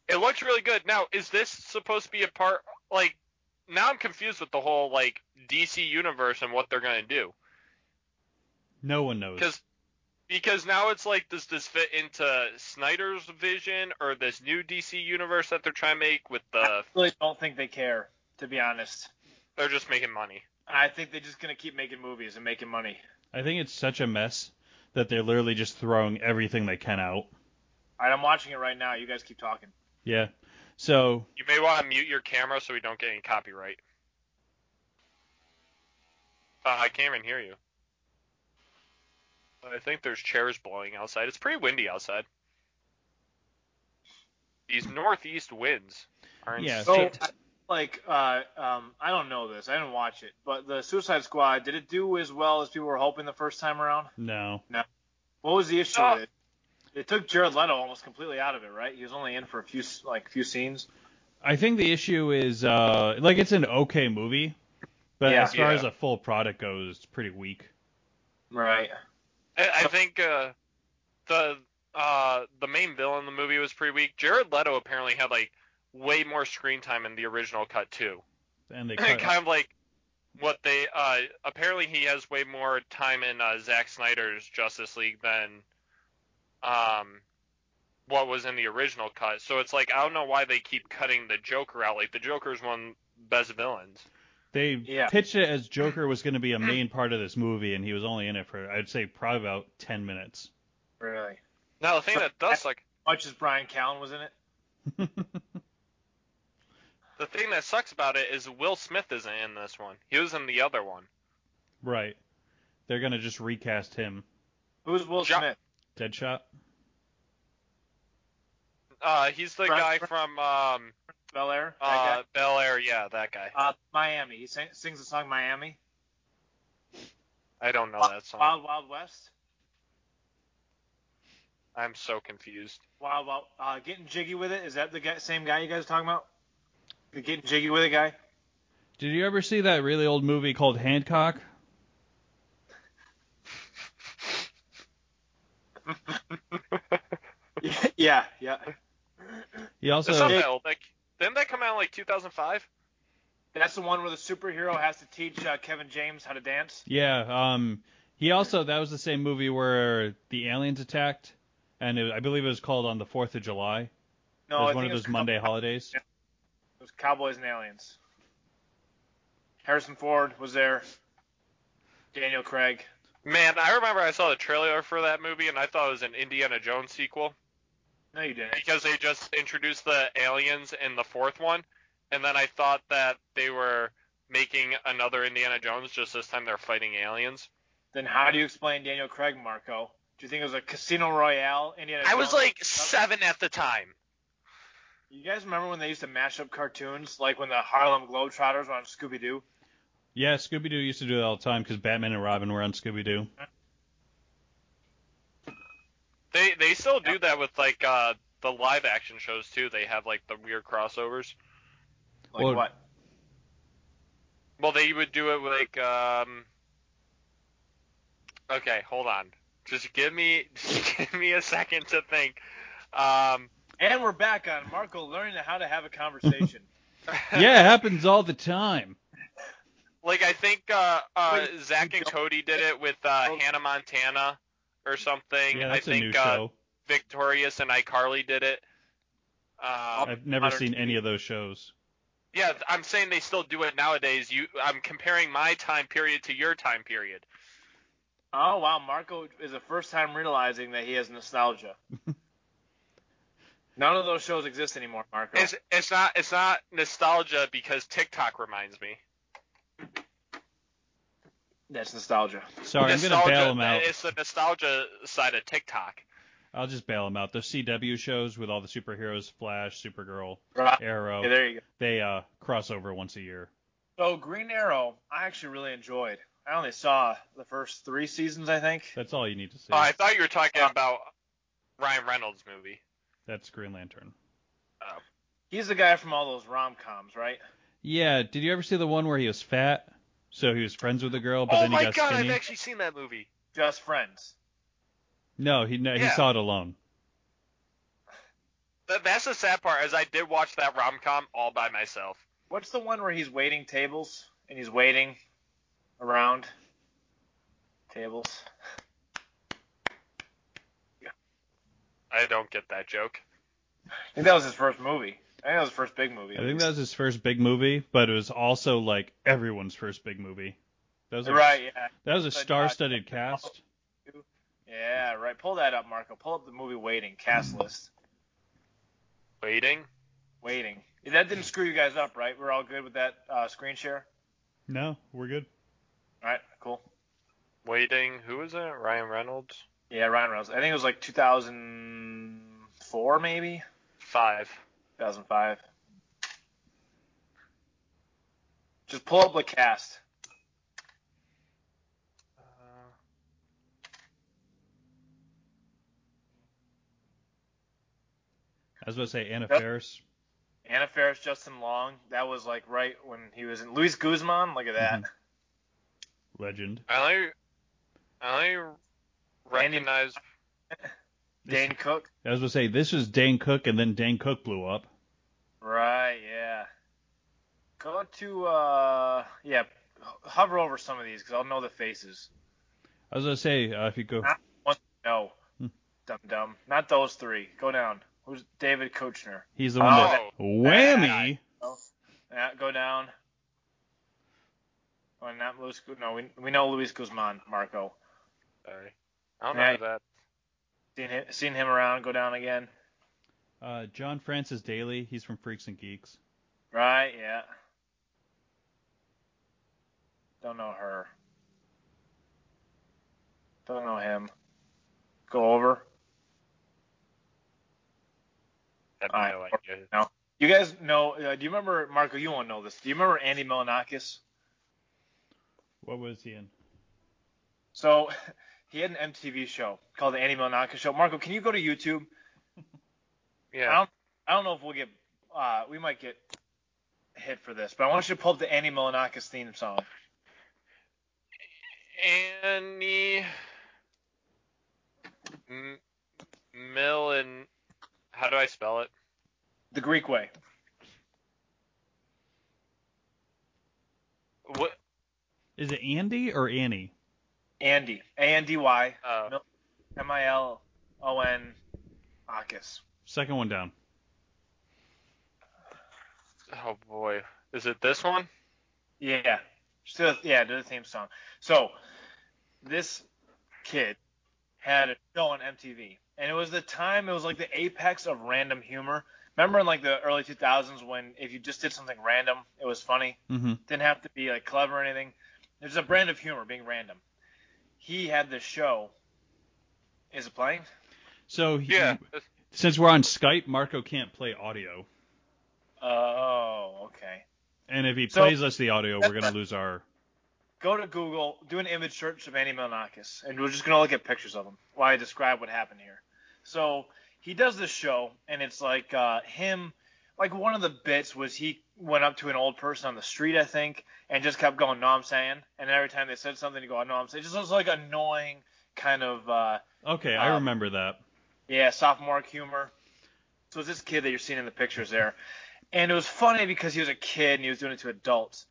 Speaker 3: It looks really good. Now, is this supposed to be a part like now I'm confused with the whole like DC universe and what they're going to do
Speaker 2: No one knows.
Speaker 3: cuz because now it's like does this fit into Snyder's vision or this new DC universe that they're trying to make with the
Speaker 4: really don't think they care, to be honest.
Speaker 3: they're just making money.
Speaker 4: I think they're just gonna keep making movies and making money.
Speaker 2: I think it's such a mess that they're literally just throwing everything they can out.
Speaker 4: All right, I'm watching it right now. You guys keep talking.
Speaker 2: Yeah. So
Speaker 3: You may want to mute your camera so we don't get any copyright. Uh, I can't even hear you. I think there's chairs blowing outside. It's pretty windy outside. These northeast winds are
Speaker 2: Yeah.
Speaker 3: insane.
Speaker 4: So, I- like, uh, um, I don't know this. I didn't watch it, but the Suicide Squad did it do as well as people were hoping the first time around?
Speaker 2: no.
Speaker 4: What was the issue
Speaker 3: Oh.
Speaker 4: with it? It took Jared Leto almost completely out of it, right? He was only in for a few, s- like, few scenes.
Speaker 2: I think the issue is uh like it's an okay movie, but
Speaker 4: Yeah.
Speaker 2: as far
Speaker 3: Yeah.
Speaker 2: as a full product goes, it's pretty weak.
Speaker 4: Right.
Speaker 3: I, I think uh, the uh, the main villain in the movie was pretty weak. Jared Leto apparently had like way more screen time in the original cut too.
Speaker 2: And they cut,
Speaker 3: kind of like what they uh apparently he has way more time in uh, Zack Snyder's Justice League than um what was in the original cut. So it's like I don't know why they keep cutting the Joker out. Like the Joker's one best villains.
Speaker 2: they
Speaker 4: Yeah.
Speaker 2: pitched it as Joker was going to be a main part of this movie, and he was only in it for I'd say probably about ten minutes.
Speaker 4: Really.
Speaker 3: Now the thing that does suck
Speaker 4: Much as Brian Callen was in it.
Speaker 3: the thing that sucks about it is Will Smith isn't in this one. He was in the other one.
Speaker 2: right. They're gonna just recast him.
Speaker 4: Who's Will
Speaker 3: Jo-
Speaker 4: Smith?
Speaker 2: Deadshot.
Speaker 3: Uh he's the
Speaker 4: Right,
Speaker 3: guy
Speaker 4: right.
Speaker 3: from um
Speaker 4: Bel Air.
Speaker 3: uh Bel Air, yeah, that guy.
Speaker 4: uh, Miami. He sang, sings the song Miami.
Speaker 3: I don't know that song.
Speaker 4: Wild Wild West.
Speaker 3: I'm so confused.
Speaker 4: Wild Wild. Uh, getting jiggy with it. Is that the guy, same guy you guys are talking about? The getting jiggy with it guy.
Speaker 2: Did you ever see that really old movie called Hancock?
Speaker 4: yeah, yeah.
Speaker 2: He also
Speaker 3: That's not that old. Like, didn't that come out in like 2005?
Speaker 4: That's the one where the superhero has to teach uh, Kevin James how to dance.
Speaker 2: Yeah, um he also that was the same movie where the aliens attacked and it, I believe it was called on the 4th of July.
Speaker 4: No,
Speaker 2: it
Speaker 4: I
Speaker 2: was
Speaker 4: think
Speaker 2: one of
Speaker 4: it
Speaker 2: those Monday
Speaker 4: Cow-
Speaker 2: holidays.
Speaker 4: It was Cowboys and Aliens. Harrison Ford was there. Daniel Craig.
Speaker 3: Man, I remember I saw the trailer for that movie and I thought it was an Indiana Jones sequel
Speaker 4: No, you didn't.
Speaker 3: because they just introduced the aliens in the fourth one, and then I thought that they were making another Indiana Jones, just this time they're fighting aliens.
Speaker 4: Then how do you explain Daniel Craig, Marco? Do you think it was a Casino Royale? Indiana
Speaker 3: I was
Speaker 4: Jones?
Speaker 3: like seven at the time.
Speaker 4: You guys remember when they used to mash up cartoons, like when the Harlem Globetrotters were on Scooby Doo?
Speaker 2: Yeah, Scooby Doo used to do that all the time because Batman and Robin were on Scooby Doo.
Speaker 3: They they still do that with like uh the live action shows too. They have like the weird crossovers.
Speaker 4: Like
Speaker 2: Well-
Speaker 4: what?
Speaker 3: Well, they would do it with, like um. Okay, hold on. Just give me just give me a second to think. Um,
Speaker 4: And we're back on Marco learning how to have a conversation.
Speaker 2: Yeah, it happens all the time.
Speaker 3: like I think uh, uh,
Speaker 4: Wait,
Speaker 3: Zach and Cody did it with uh, Hannah Montana or something.
Speaker 2: Oh. Yeah,
Speaker 3: I
Speaker 2: that's a
Speaker 3: think
Speaker 2: new
Speaker 3: uh,
Speaker 2: show.
Speaker 3: Victorious and iCarly did it. Um,
Speaker 2: I've never
Speaker 4: Modern
Speaker 2: seen any
Speaker 4: TV.
Speaker 2: of those shows.
Speaker 3: yeah, th- I'm saying they still do it nowadays. You, I'm comparing my time period to your time period.
Speaker 4: oh wow, Marco is the first time realizing that he has nostalgia. None of those shows exist anymore, Marco.
Speaker 3: It's it's not it's not nostalgia because TikTok reminds me.
Speaker 4: That's nostalgia.
Speaker 2: Sorry, I'm gonna
Speaker 3: Nostalgia-
Speaker 2: bail them out.
Speaker 3: It's the nostalgia side of TikTok.
Speaker 2: I'll just bail them out. Those CW shows with all the superheroes, Flash, Supergirl,
Speaker 4: Right.
Speaker 2: Arrow,
Speaker 4: Yeah, there you go.
Speaker 2: they uh, cross over once a year.
Speaker 4: So Green Arrow, I actually really enjoyed. I only saw the first three seasons, I think.
Speaker 2: That's all you need to see.
Speaker 3: Oh, I thought you were
Speaker 2: Uh,
Speaker 3: talking about Ryan Reynolds movie.
Speaker 2: That's Green Lantern.
Speaker 4: He's the guy from all those rom coms, right?
Speaker 2: Yeah, did you ever see the one where he was fat? So he was friends with a girl, but
Speaker 3: oh
Speaker 2: then he
Speaker 3: my
Speaker 2: got
Speaker 3: god,
Speaker 2: skinny.
Speaker 3: I've actually seen that movie.
Speaker 4: Just friends.
Speaker 2: No, he no, he
Speaker 3: Yeah.
Speaker 2: saw it alone.
Speaker 3: That, that's the sad part, is I did watch that rom com all by myself.
Speaker 4: What's the one where he's waiting tables and he's waiting around tables?
Speaker 3: I don't get that joke.
Speaker 4: I think that was his first movie. I think that was his first big movie.
Speaker 2: I think that was his first big movie, but it was also like everyone's first big movie. That was a,
Speaker 4: right. Yeah.
Speaker 2: That was a
Speaker 4: But not-
Speaker 2: star-studded cast.
Speaker 4: Yeah. Right. Pull that up, Marco. Pull up the movie Waiting cast list.
Speaker 3: Waiting?
Speaker 4: Waiting. That didn't screw you guys up, right? We're all good with that uh, screen share.
Speaker 2: No, we're good.
Speaker 4: All right. Cool.
Speaker 3: Waiting. Who is it? Ryan Reynolds?
Speaker 4: Yeah, Ryan Reynolds. I think it was like 2004, maybe
Speaker 3: Five.
Speaker 4: 2005. Just pull up the cast.
Speaker 3: Uh,
Speaker 2: I was about to say Anna
Speaker 4: Yep.
Speaker 2: Faris.
Speaker 4: Anna Faris, Justin Long. That was like right when he was in Luis Guzman. Look at that.
Speaker 2: Legend.
Speaker 3: I only, I only recognize.
Speaker 4: Dane Cook.
Speaker 2: I was about to say this was Dane Cook, and then Dane Cook blew up.
Speaker 4: Right. Yeah. Go to uh yeah, hover over some of these because I'll know the faces.
Speaker 2: I was gonna say uh, if you go,
Speaker 4: No.
Speaker 2: Hmm.
Speaker 4: Dum dum. Oh, Not those three. Go down. Who's David Kochner?
Speaker 2: he's the one that
Speaker 3: Oh,
Speaker 2: whammy.
Speaker 4: Uh, go down. Oh, not Luis. Gu- No, we, we know Luis Guzman, Marco.
Speaker 3: Sorry. I don't
Speaker 4: Yeah.
Speaker 3: know that.
Speaker 4: Seen him, seen him around. Go down again.
Speaker 2: Uh, John Francis Daly. He's from Freaks and Geeks.
Speaker 4: Right. Yeah. Don't know her. Don't know him. Go over.
Speaker 3: I
Speaker 4: I-
Speaker 3: have no idea.
Speaker 4: You guys know? Uh, do you remember Marco? You won't know this. Do you remember Andy Milonakis?
Speaker 2: What was he in?
Speaker 4: So he had an MTV show called the Andy Milonakis Show. Marco, can you go to YouTube? I
Speaker 3: Yeah.
Speaker 4: don't, I don't know if we'll get, uh, we might get hit for this, but I want you to pull up the Annie Milonakis theme song.
Speaker 3: Annie. M- Mill and. How do I spell it?
Speaker 4: The Greek way.
Speaker 3: What?
Speaker 2: Is it Andy or Annie?
Speaker 4: Andy. A-N-D-Y.
Speaker 3: Uh,
Speaker 4: Mil- M-I-L-O-N. Akis.
Speaker 2: Second one down.
Speaker 3: oh boy. Is it this one?
Speaker 4: Yeah. Still, yeah, do the theme song. So this kid had a show on MTV, and it was the time it was like the apex of random humor. Remember in like the early 2000s when if you just did something random, it was funny.
Speaker 2: Mm-hmm.
Speaker 4: didn't have to be like clever or anything. There's a brand of humor being random. He had this show. Is it playing?
Speaker 2: So he,
Speaker 3: Yeah. it's-
Speaker 2: since we're on Skype, Marco can't play audio,
Speaker 4: Oh, okay.
Speaker 2: and if he
Speaker 4: So-
Speaker 2: plays us the audio, we're gonna lose our.
Speaker 4: Go to Google, do an image search of Andy Milonakis, and we're just gonna look at pictures of him while I describe what happened here. So he does this show, and it's like uh, him. Like one of the bits was he went up to an old person on the street, I think, and just kept going, "No, I'm saying," and every time they said something, he go, "No, I'm saying." It just was like annoying kind of. Uh,
Speaker 2: Okay, I
Speaker 4: Uh,
Speaker 2: remember that.
Speaker 4: Yeah, sophomoric humor. So it's this kid that you're seeing in the pictures there. And it was funny because he was a kid and he was doing it to adults.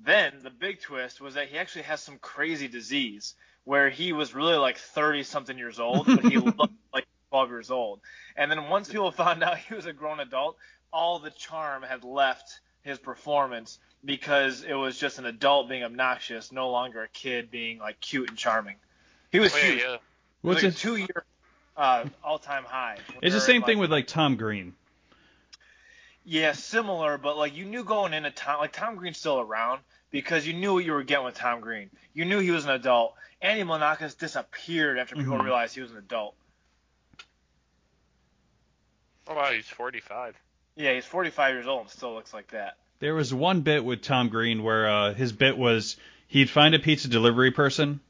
Speaker 4: then the big twist was that he actually has some crazy disease where he was really like 30 something years old, but he looked like 12 years old. And then once people found out he was a grown adult, all the charm had left his performance because it was just an adult being obnoxious, no longer a kid being like cute and charming. He was
Speaker 3: oh, yeah,
Speaker 4: huge.
Speaker 3: yeah.
Speaker 2: What's
Speaker 4: It was
Speaker 2: it?
Speaker 4: a two year uh, all time high.
Speaker 2: It's the same thing with like Tom Green.
Speaker 4: Yeah, similar, but like you knew going into Tom like Tom Green's still around because you knew what you were getting with Tom Green. You knew he was an adult. Andy Milonakis disappeared after people
Speaker 2: Mhm.
Speaker 4: realized he was an adult.
Speaker 3: Oh wow, he's 45.
Speaker 4: Yeah, he's forty five years old and still looks like that.
Speaker 2: There was one bit with Tom Green where uh, his bit was he'd find a pizza delivery person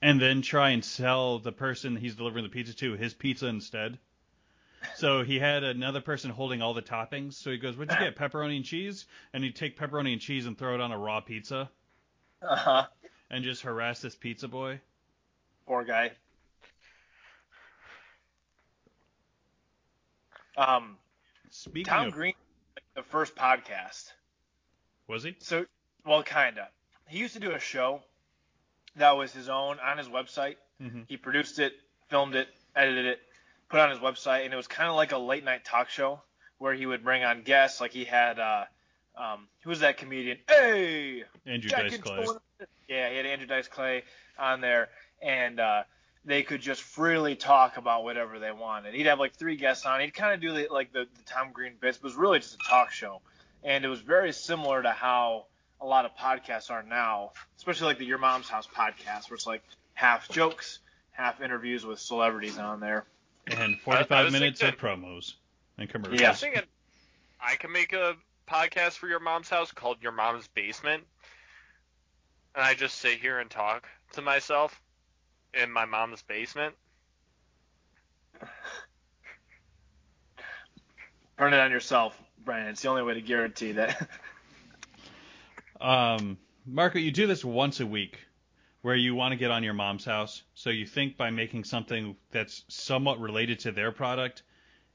Speaker 2: and then try and sell the person he's delivering the pizza to his pizza instead. So he had another person holding all the toppings. So he goes, "What'd you get? Pepperoni and cheese?" And he'd take pepperoni and cheese and throw it on a raw pizza
Speaker 4: Uh-huh.
Speaker 2: and just harass this pizza boy.
Speaker 4: Poor guy. Um,
Speaker 2: Speaking
Speaker 4: Tom
Speaker 2: of,
Speaker 4: Green, like, the first podcast.
Speaker 2: was he?
Speaker 4: So, well, kinda. He used to do a show that was his own on his website.
Speaker 2: Mhm.
Speaker 4: He produced it, filmed it, edited it, put it on his website, and it was kind of like a late night talk show where he would bring on guests. Like he had, uh, um, who was that comedian? Hey,
Speaker 2: Andrew
Speaker 4: Jack
Speaker 2: Dice
Speaker 4: and
Speaker 2: Clay.
Speaker 4: Joan- Yeah, he had Andrew Dice Clay on there, and uh, they could just freely talk about whatever they wanted. He'd have like three guests on. He'd kind of do the, like the, the Tom Green bits, but it was really just a talk show, and it was very similar to how a lot of podcasts are now, especially like the Your Mom's House podcast, where it's like half jokes, half interviews with celebrities on there.
Speaker 2: and
Speaker 3: I
Speaker 2: 45
Speaker 3: was
Speaker 2: minutes of
Speaker 3: thinking-
Speaker 2: promos and commercials.
Speaker 3: I
Speaker 4: Yeah.
Speaker 3: was thinking I can make a podcast for your mom's house called Your Mom's Basement, and I just sit here and talk to myself in my mom's basement.
Speaker 4: Burn it on yourself, Brandon. It's the only way to guarantee that.
Speaker 2: Um, Marco, you do this once a week where you want to get on your mom's house. So you think by making something that's somewhat related to their product,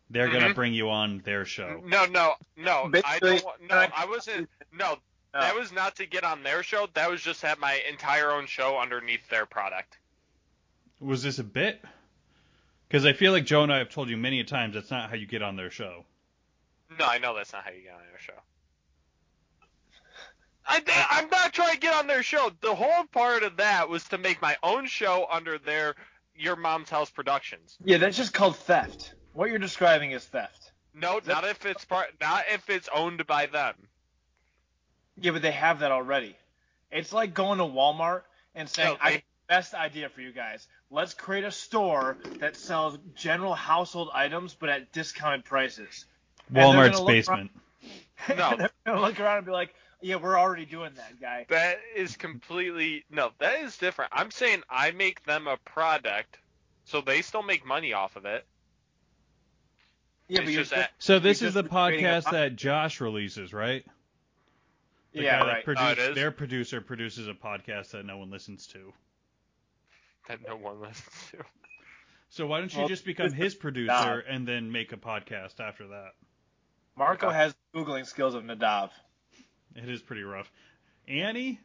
Speaker 2: they're going
Speaker 4: Mm-hmm.
Speaker 2: to
Speaker 3: Mhm.
Speaker 2: bring you on their show.
Speaker 3: No, no, no. I
Speaker 4: Basically,
Speaker 3: don't. wa- No, I wasn't. No, that
Speaker 4: Uh,
Speaker 3: was not to get on their show. That was just to have my entire own show underneath their product.
Speaker 4: Mm-hmm.
Speaker 2: Was this a bit? Because I feel like Joe and I have told you many a times that's not how you get on their show.
Speaker 3: No, I know that's not how you get on their show. I, I'm not trying to get on their show. The whole part of that was to make my own show under their Your Mom's House Productions.
Speaker 4: yeah, that's just called theft. What you're describing is theft.
Speaker 3: No, not if it's part. Not if it's owned by them.
Speaker 4: Yeah, but they have that already. It's like going to Walmart and saying,
Speaker 3: No,
Speaker 4: "I
Speaker 3: they-
Speaker 4: have the best idea for you guys. Let's create a store that sells general household items but at discounted prices." And they're gonna
Speaker 2: Walmart's
Speaker 4: look
Speaker 2: basement.
Speaker 3: No.
Speaker 4: And they're gonna look around and be like, "Yeah, we're already doing that, guy."
Speaker 3: That is completely no. That is different. I'm saying I make them a product, so they still make money off of it.
Speaker 4: Yeah,
Speaker 3: it's
Speaker 4: but you're
Speaker 3: just that.
Speaker 2: So this
Speaker 4: You're
Speaker 2: is the
Speaker 4: just creating a
Speaker 2: podcast
Speaker 4: po-
Speaker 2: that Josh releases, right? The
Speaker 4: yeah,
Speaker 2: guy that
Speaker 4: right.
Speaker 2: produced-
Speaker 3: Oh, it is?
Speaker 2: Their producer produces a podcast that no one listens to.
Speaker 3: that no one listens to.
Speaker 2: So why don't you
Speaker 4: Well,
Speaker 2: just become
Speaker 4: it's the
Speaker 2: his producer and then make a podcast after that?
Speaker 4: Marco
Speaker 3: Okay.
Speaker 4: has the googling skills of Nadav.
Speaker 2: It is pretty rough. Annie,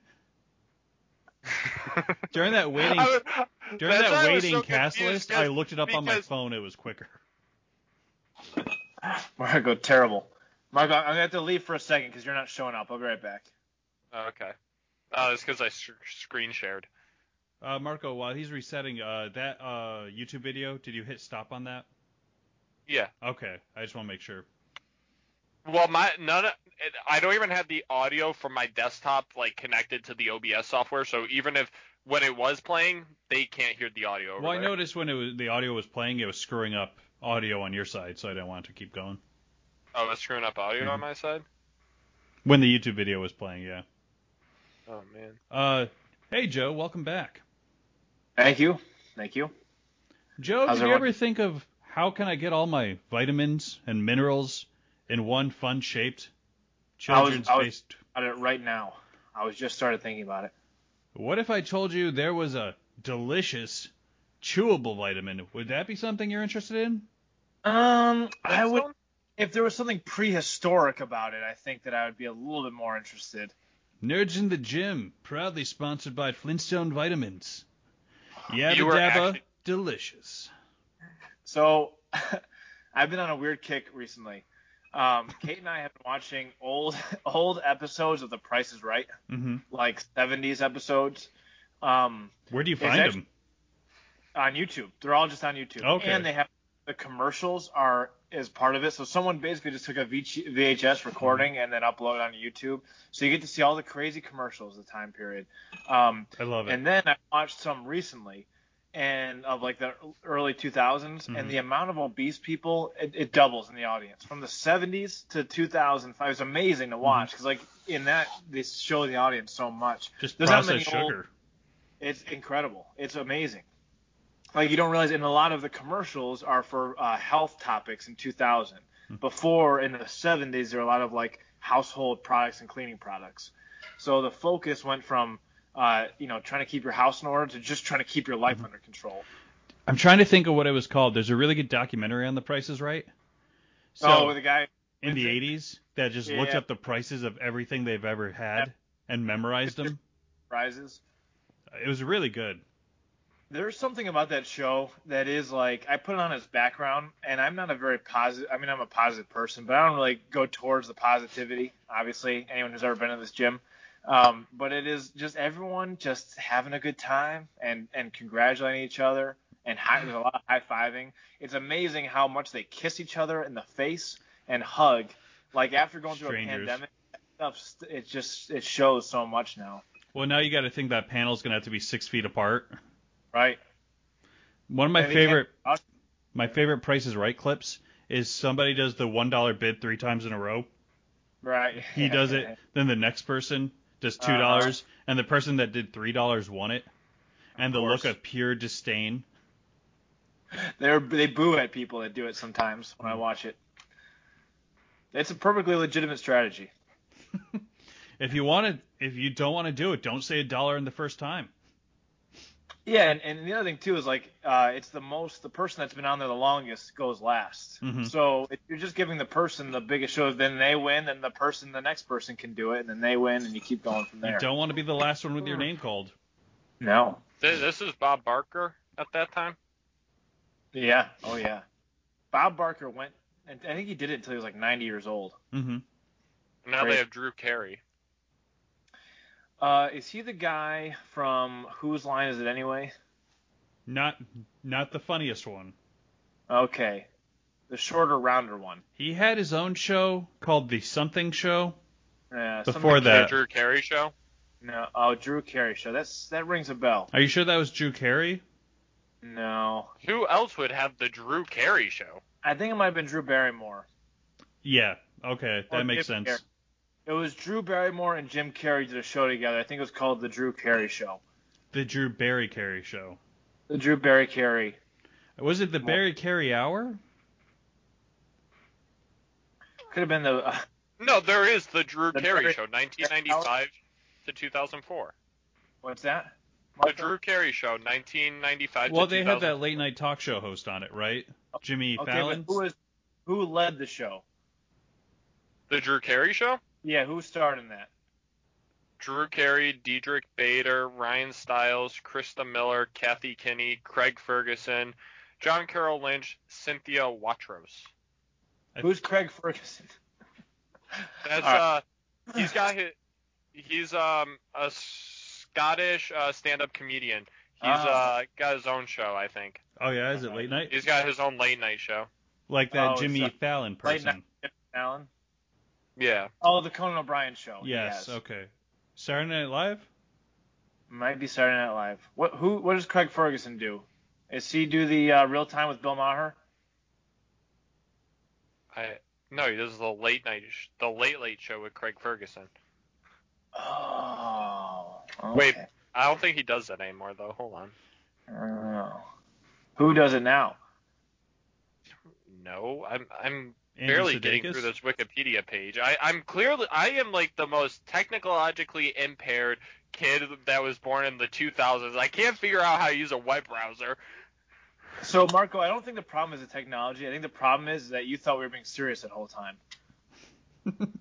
Speaker 2: during that waiting
Speaker 3: I was-
Speaker 2: during
Speaker 3: that's why
Speaker 2: that
Speaker 3: I was
Speaker 2: waiting
Speaker 3: so
Speaker 2: cast
Speaker 3: confused,
Speaker 2: list, I
Speaker 3: 'cause-
Speaker 2: looked it up on my
Speaker 3: because-
Speaker 2: phone. It was quicker.
Speaker 4: Marco, terrible. Marco, I'm gonna have to leave for a second because you're not showing up. I'll be right back.
Speaker 3: Okay. Oh, it's because I s- screen shared.
Speaker 2: Uh, Marco, while he's resetting uh, that uh, YouTube video, did you hit stop on that?
Speaker 3: Yeah.
Speaker 2: Okay, I just want to make sure.
Speaker 3: Well, my none. of- it- I don't even have the audio from my desktop like connected to the OBS software, so even if when it was playing, they can't hear the audio. Over
Speaker 2: Well, I
Speaker 3: there.
Speaker 2: noticed when it was, the audio was playing, it was screwing up audio on your side, so I didn't want it to keep going.
Speaker 3: Oh, it's screwing up audio on
Speaker 2: Mhm.
Speaker 3: my side.
Speaker 2: When the YouTube video was playing, yeah.
Speaker 3: Oh man.
Speaker 2: Uh, hey Joe, welcome back.
Speaker 4: Thank you. Thank you.
Speaker 2: Joe,
Speaker 4: How's
Speaker 2: did you
Speaker 4: everyone?
Speaker 2: ever think of how can I get all my vitamins and minerals in one fun shaped
Speaker 4: I was-
Speaker 2: children's
Speaker 4: I was-
Speaker 2: based
Speaker 4: At it right now. I was just started thinking about it.
Speaker 2: What if I told you there was a delicious chewable vitamin? Would that be something you're interested in?
Speaker 4: Um, I would
Speaker 3: Redstone?
Speaker 4: if there was something prehistoric about it, I think that I would be a little bit more interested.
Speaker 2: Nerds in the Gym, proudly sponsored by Flintstone Vitamins. Yabba
Speaker 3: You were
Speaker 2: dabba,
Speaker 3: actually-
Speaker 2: delicious.
Speaker 4: So, I've been on a weird kick recently. Um, Kate and I have been watching old old episodes of The Price is Right,
Speaker 2: Mm-hmm.
Speaker 4: like 70s episodes, um,
Speaker 2: Where do you
Speaker 4: It's
Speaker 2: find
Speaker 4: actually-
Speaker 2: them?
Speaker 4: on YouTube. They're all just on YouTube,
Speaker 2: Okay.
Speaker 4: and they have the commercials are as part of it. So someone basically just took a VH VHS recording and then uploaded on YouTube, so you get to see all the crazy commercials of the time period. Um,
Speaker 2: I love it.
Speaker 4: And then I watched some recently, and of like the early 2000s,
Speaker 2: Mhm.
Speaker 4: and the amount of obese people it, it doubles in the audience from the 70s to 2005. It was amazing to watch
Speaker 2: Mm-hmm.
Speaker 4: because like in that they show the audience so much.
Speaker 2: Just
Speaker 4: there's not
Speaker 2: processed
Speaker 4: many old-
Speaker 2: sugar.
Speaker 4: It's incredible. It's amazing. like you don't realize and a lot of the commercials are for uh, health topics in 2000 before in the 70s there were a lot of like household products and cleaning products so the focus went from uh, you know trying to keep your house in order to just trying to keep your life under control
Speaker 2: I'm trying to think of what it was called. There's a really good documentary on The Price is
Speaker 4: Oh,
Speaker 2: Right. So
Speaker 4: so Oh, the guy
Speaker 2: in the 80s that just looked
Speaker 4: Yeah.
Speaker 2: up the prices of everything they've ever had and memorized them.
Speaker 4: rises
Speaker 2: It was really good.
Speaker 4: there's something about that show that is like I put it on as background, and I'm not a very positive. I mean, I'm a positive person, but I don't really go towards the positivity. Obviously, anyone who's ever been in this gym, um, but it is just everyone just having a good time and and congratulating each other, and high, there's a lot of high fiving. It's amazing how much they kiss each other in the face and hug. Like after going through
Speaker 2: Strangers.
Speaker 4: a pandemic, that stuff st- it just it shows so much now,
Speaker 2: Well, now you got to think that panel's going to have to be six feet apart.
Speaker 4: right?
Speaker 2: One of my
Speaker 4: And they can't-
Speaker 2: favorite, my favorite Price is Right clips is somebody does the one dollar bid three times in a row.
Speaker 4: Right.
Speaker 2: He does it, then the next person does two
Speaker 4: Uh-huh.
Speaker 2: dollars, and the person that did three dollars won it. And the look
Speaker 4: course.
Speaker 2: of pure disdain.
Speaker 4: They're, they boo at people that do it sometimes when I
Speaker 2: Mm-hmm.
Speaker 4: watch it. It's a perfectly legitimate strategy.
Speaker 2: If you want to, if you don't want to do it, don't say a dollar in the first time.
Speaker 4: Yeah, and, and the other thing too is like uh, it's the most the person that's been on there the longest goes last.
Speaker 2: Mhm.
Speaker 4: So if you're just giving the person the biggest show, then they win, then the person the next person can do it, and then they win, and you keep going from there.
Speaker 2: You don't want to be the last one with your name called.
Speaker 4: No.
Speaker 3: Th- This is Bob Barker at that time.
Speaker 4: Yeah. Oh yeah. Bob Barker went, and I think he did it until he was like 90 years old.
Speaker 2: Mm-hmm.
Speaker 3: Now
Speaker 4: Great.
Speaker 3: they have Drew Carey.
Speaker 4: Uh, is he the guy from Whose Line Is It Anyway?
Speaker 2: Not not the funniest one.
Speaker 4: Okay. The shorter, rounder one.
Speaker 2: He had his own show called the Something Show.
Speaker 4: Yeah,
Speaker 2: Before
Speaker 4: something-
Speaker 2: that-
Speaker 3: The Drew Carey show.
Speaker 4: No, oh, Drew Carey show. That's that rings a bell.
Speaker 2: Are you sure that was Drew Carey?
Speaker 4: No,
Speaker 3: Who else would have the Drew Carey show?
Speaker 4: I think it might have been Drew Barrymore.
Speaker 2: Yeah. Okay, that
Speaker 4: Or
Speaker 2: makes
Speaker 4: Jim
Speaker 2: sense.
Speaker 4: It was Drew Barrymore and Jim Carrey did a show together. I think it was called the Drew Carey Show.
Speaker 2: The Drew Barry Carey Show.
Speaker 4: The Drew Barry Carey.
Speaker 2: Was it the
Speaker 4: Well-
Speaker 2: Barry Carey Hour?
Speaker 4: Could have been the. Uh,
Speaker 3: No, there is the Drew
Speaker 4: The
Speaker 3: Carey
Speaker 4: Drew-
Speaker 3: show, 1995 to 2004.
Speaker 4: what's that?
Speaker 3: The Drew Carey show, 1995
Speaker 2: Well,
Speaker 3: to
Speaker 2: they had
Speaker 3: 2004.
Speaker 2: that late night talk show host on it, right? Jimmy
Speaker 4: Oh, Okay,
Speaker 2: Fallon.
Speaker 4: but who was who led the show?
Speaker 3: The Drew Carey show?
Speaker 4: Yeah, who starred in that?
Speaker 3: Drew Carey, Diedrich Bader, Ryan Stiles, Krista Miller, Kathy Kinney, Craig Ferguson, John Carroll Lynch, Cynthia Watros.
Speaker 2: I-
Speaker 4: Who's Craig Ferguson?
Speaker 3: That's
Speaker 4: All right.
Speaker 3: uh, he's got his, he's um a Scottish uh, stand-up comedian. He's
Speaker 4: Oh.
Speaker 2: Ah.
Speaker 3: uh got his own show, I think.
Speaker 2: oh yeah, is it late night?
Speaker 3: He's got his own late night show.
Speaker 2: Like that
Speaker 4: Oh, it's
Speaker 2: Jimmy
Speaker 4: a-
Speaker 2: Fallon
Speaker 4: Late
Speaker 2: person.
Speaker 4: night Allen.
Speaker 3: Yeah.
Speaker 4: Oh, the Conan O'Brien show.
Speaker 2: Yes. Okay. Saturday Night Live.
Speaker 4: Might be Saturday Night Live. What who what does Craig Ferguson do? Is he do the uh, real time with Bill Maher?
Speaker 3: I no, he does the late night sh- the late late show with Craig Ferguson.
Speaker 4: Oh.
Speaker 3: Wait.
Speaker 4: okay.
Speaker 3: I don't think he does that anymore though. Hold on.
Speaker 4: Oh. Who does it now?
Speaker 3: No, I'm I'm
Speaker 2: Andrew
Speaker 3: barely
Speaker 2: Sudeikis?
Speaker 3: getting through this Wikipedia page. I, I'm clearly I am like the most technologically impaired kid that was born in the 2000s. I can't figure out how to use a web browser.
Speaker 4: So Marco, I don't think the problem is the technology. I think the problem is that you thought we were being serious the whole time.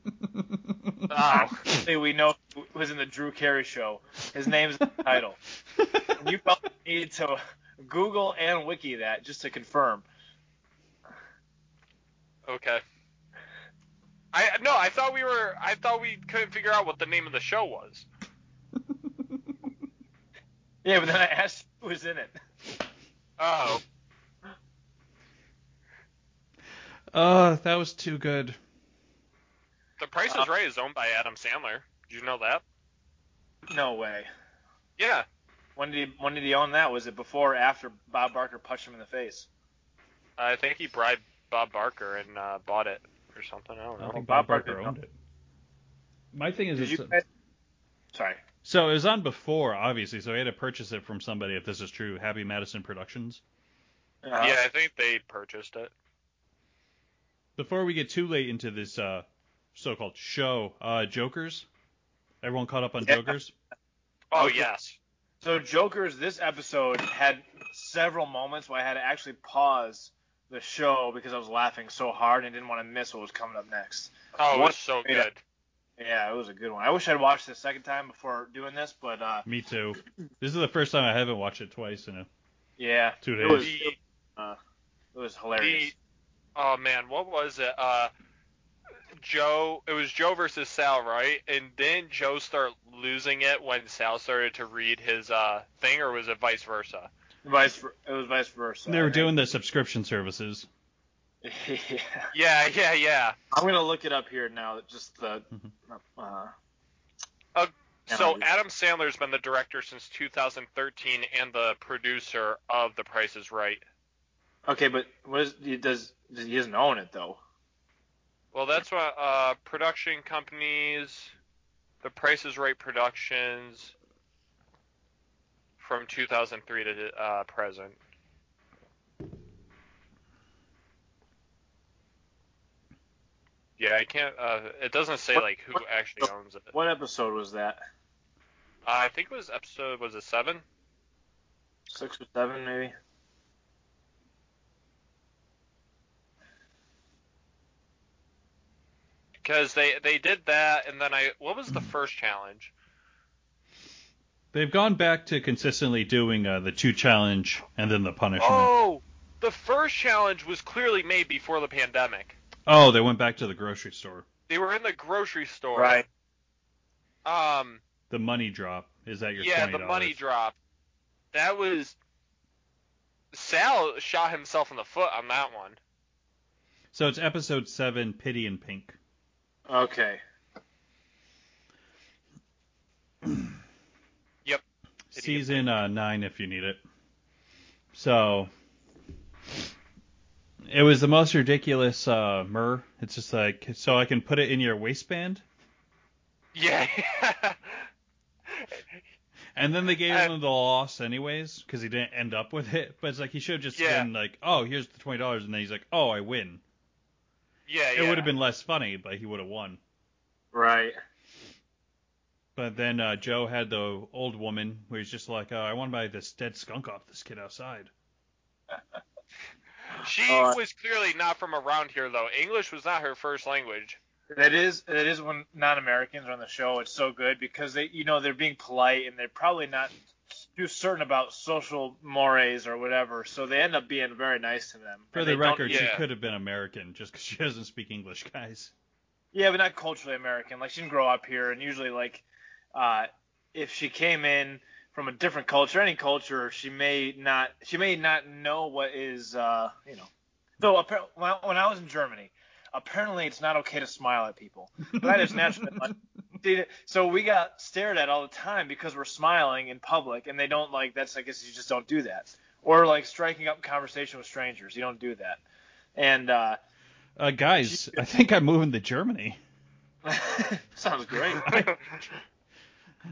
Speaker 3: Oh,
Speaker 4: Obviously, we know who was in the Drew Carey show. His name's in the title. And you felt the need to Google and Wiki that just to confirm.
Speaker 3: okay. I no, I thought we were I thought we couldn't figure out what the name of the show was.
Speaker 4: Yeah, but then I asked who was in it.
Speaker 3: Oh,
Speaker 2: Oh, that was too good.
Speaker 3: The Price is Right is owned by Adam Sandler. Did you know that?
Speaker 4: No way.
Speaker 3: Yeah.
Speaker 4: When did he, when did he own that? Was it before or after Bob Barker punched him in the face?
Speaker 3: I think he bribed Bob Barker and uh, bought it or something. I don't
Speaker 2: I don't
Speaker 3: know.
Speaker 2: think
Speaker 4: Bob
Speaker 2: Bob Barker
Speaker 4: Barker
Speaker 2: owned it. uh, My thing is,
Speaker 4: Did you
Speaker 2: it's-
Speaker 4: guys- Sorry.
Speaker 2: So it was on before, obviously. So he had to purchase it from somebody. If this is true, Happy Madison Productions.
Speaker 4: Uh,
Speaker 3: yeah, I think they purchased it.
Speaker 2: Before we get too late into this uh, so-called show, uh, Jokers. Everyone caught up on
Speaker 4: Yeah.
Speaker 2: Jokers.
Speaker 3: Oh
Speaker 4: Okay.
Speaker 3: yes.
Speaker 4: So Joker's this episode had several moments where I had to actually pause the show because I was laughing so hard and didn't want to miss what was coming up next.
Speaker 3: Oh, it
Speaker 4: What-
Speaker 3: was so
Speaker 4: yeah.
Speaker 3: good.
Speaker 4: Yeah, it was a good one. I wish I'd watched it a second time before doing this, but uh,
Speaker 2: Me too. This is the first time I haven't watched it twice in a,
Speaker 4: yeah,
Speaker 2: two
Speaker 4: It was-
Speaker 2: days.
Speaker 3: The,
Speaker 4: it was hilarious.
Speaker 3: oh man, what was it? Uh, Joe. It was Joe versus Sal, right? And then Joe start losing it when Sal started to read his uh thing, or was it vice versa?
Speaker 4: Vice, it was vice versa.
Speaker 2: They
Speaker 4: I
Speaker 2: were
Speaker 4: think.
Speaker 2: doing the subscription services.
Speaker 4: yeah.
Speaker 3: Yeah, yeah, yeah.
Speaker 4: I'm gonna look it up here now. Just the.
Speaker 2: Mhm.
Speaker 4: Uh,
Speaker 3: So
Speaker 4: Calendar.
Speaker 3: Adam Sandler's been the director since 2013 and the producer of The Price Is Right.
Speaker 4: okay, but what is, he does he doesn't own it though?
Speaker 3: Well, that's what uh, production companies, The Price Is Right Productions, from 2003 to uh, present. Yeah, I can't. Uh, it doesn't say
Speaker 4: What-
Speaker 3: like who
Speaker 4: what-
Speaker 3: actually owns it. Uh,
Speaker 4: What episode was that?
Speaker 3: I think it was episode was it seven?
Speaker 4: Six or seven maybe.
Speaker 3: Because they they did that, and then I what was the first challenge?
Speaker 2: They've gone back to consistently doing uh, the two challenge and then the punishment. Oh.
Speaker 3: Oh, the first challenge was clearly made before the pandemic.
Speaker 2: Oh, they went back to the grocery store.
Speaker 3: They were in the grocery store.
Speaker 4: Right.
Speaker 3: Um.
Speaker 2: The money drop is that your
Speaker 3: yeah,
Speaker 2: $20?
Speaker 3: the money drop. That was Sal shot himself in the foot on that one.
Speaker 2: So it's episode seven, Pity and Pink.
Speaker 4: Okay.
Speaker 3: Pity and
Speaker 2: season uh, nine if you need it. So it was the most ridiculous uh, myrrh. It's just like so I can put it in your waistband,
Speaker 3: Yeah.
Speaker 2: and then they gave
Speaker 3: I-
Speaker 2: him the loss anyways because he didn't end up with it. But it's like he should have just
Speaker 3: Yeah.
Speaker 2: been like, oh, here's the twenty dollars, and then he's like, oh, I win.
Speaker 3: yeah.
Speaker 2: It would have been less funny, but he would have won.
Speaker 4: Right.
Speaker 2: But then uh, Joe had the old woman where he's just like, uh, I want to buy this dead skunk off this kid outside.
Speaker 3: She
Speaker 4: All right.
Speaker 3: was clearly not from around here though. English was not her first language.
Speaker 4: That is that is when non-Americans are on the show. It's so good because they you know they're being polite and they're probably not too certain about social mores or whatever, so they end up being very nice to them.
Speaker 2: For
Speaker 4: And
Speaker 2: the
Speaker 4: they don't- e-
Speaker 2: record, she
Speaker 3: yeah.
Speaker 2: could have been American just because she doesn't speak English, guys.
Speaker 4: yeah, but not culturally American. Like she didn't grow up here, and usually like uh, if she came in from a different culture, any culture, she may not she may not know what is uh, you know. So appar- when I- when I was in Germany, apparently it's not okay to smile at people. That is natural. See, so we got stared at all the time because we're smiling in public, and they don't like. That's I guess you just don't do that, or like striking up conversation with strangers. You don't do that. And uh,
Speaker 2: Uh, guys, I think I'm moving to Germany.
Speaker 4: sounds great.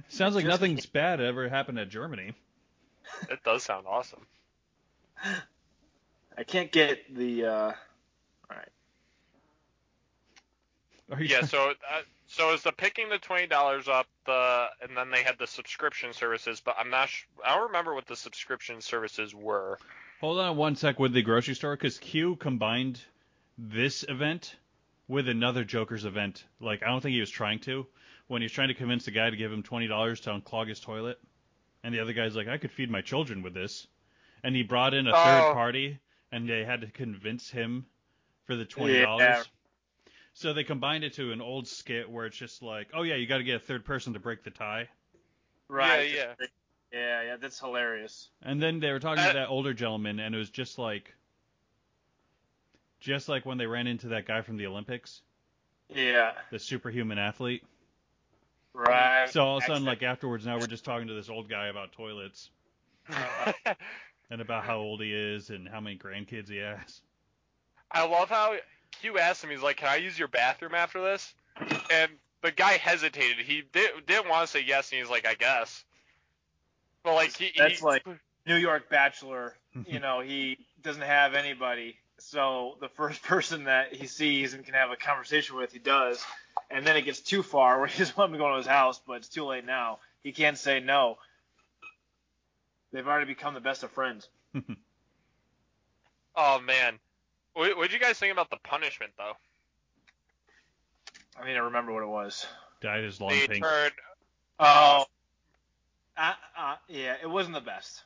Speaker 2: Sounds like
Speaker 4: Just-
Speaker 2: nothing's bad ever happened at Germany.
Speaker 3: That does sound awesome.
Speaker 4: I can't get the. Uh,
Speaker 2: Are you
Speaker 3: Yeah. So uh, so is the picking the twenty dollars up the and then they had the subscription services, but I'm not. Sh- I don't remember what the subscription services were.
Speaker 2: Hold on one sec with the grocery store, because Q combined this event with another Joker's event. Like, I don't think he was trying to. When he was trying to convince the guy to give him $20 to unclog his toilet, and the other guy's like, I could feed my children with this. And he brought in a
Speaker 3: Oh.
Speaker 2: third party, and they had to convince him for the $20.
Speaker 4: Yeah.
Speaker 2: So they combined it to an old skit where it's just like, oh, yeah, you got to get a third person to break the tie.
Speaker 4: right.
Speaker 3: Yeah,
Speaker 4: yeah. Yeah, yeah, that's hilarious.
Speaker 2: And then they were talking
Speaker 3: Uh,
Speaker 2: to that older gentleman, and it was just like, just like when they ran into that guy from the Olympics,
Speaker 4: Yeah,
Speaker 2: the superhuman athlete.
Speaker 4: right.
Speaker 2: So all of a sudden, like afterwards, now we're just talking to this old guy about toilets Uh, and about how old he is and how many grandkids he has.
Speaker 3: I love how Q asked him, he's like, Can I use your bathroom after this? And the guy hesitated. He did, didn't want to say yes, and he's like, I guess. But like he,
Speaker 4: That's
Speaker 3: he-
Speaker 4: like- New York bachelor, you know, he doesn't have anybody. So the first person that he sees and can have a conversation with, he does. And then it gets too far where he just wants to go to his house, but it's too late now. He can't say no. They've already become the best of friends.
Speaker 3: oh man. What would you guys think about the punishment though?
Speaker 4: I mean, I remember what it was.
Speaker 2: Dyed his long
Speaker 3: They
Speaker 2: pink.
Speaker 3: turned
Speaker 4: Oh, uh, uh, yeah, it wasn't the best.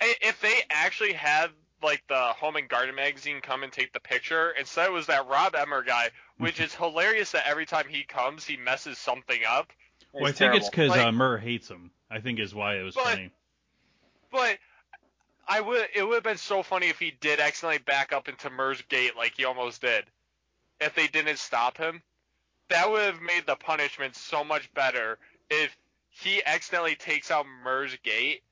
Speaker 3: I- if they actually had like the Home and Garden magazine come and take the picture, instead it was that Rob Emmer guy, which is hilarious that every time he comes he messes something up.
Speaker 4: It
Speaker 2: Well, I
Speaker 4: was
Speaker 2: think it's
Speaker 4: terrible.
Speaker 2: because
Speaker 3: Like-
Speaker 2: uh, Murr hates him. I think is why it was
Speaker 3: But-
Speaker 2: funny.
Speaker 3: But I would it would have been so funny if he did accidentally back up into Murr's gate like he almost did. If they didn't stop him, that would have made the punishment so much better if he accidentally takes out Murr's gate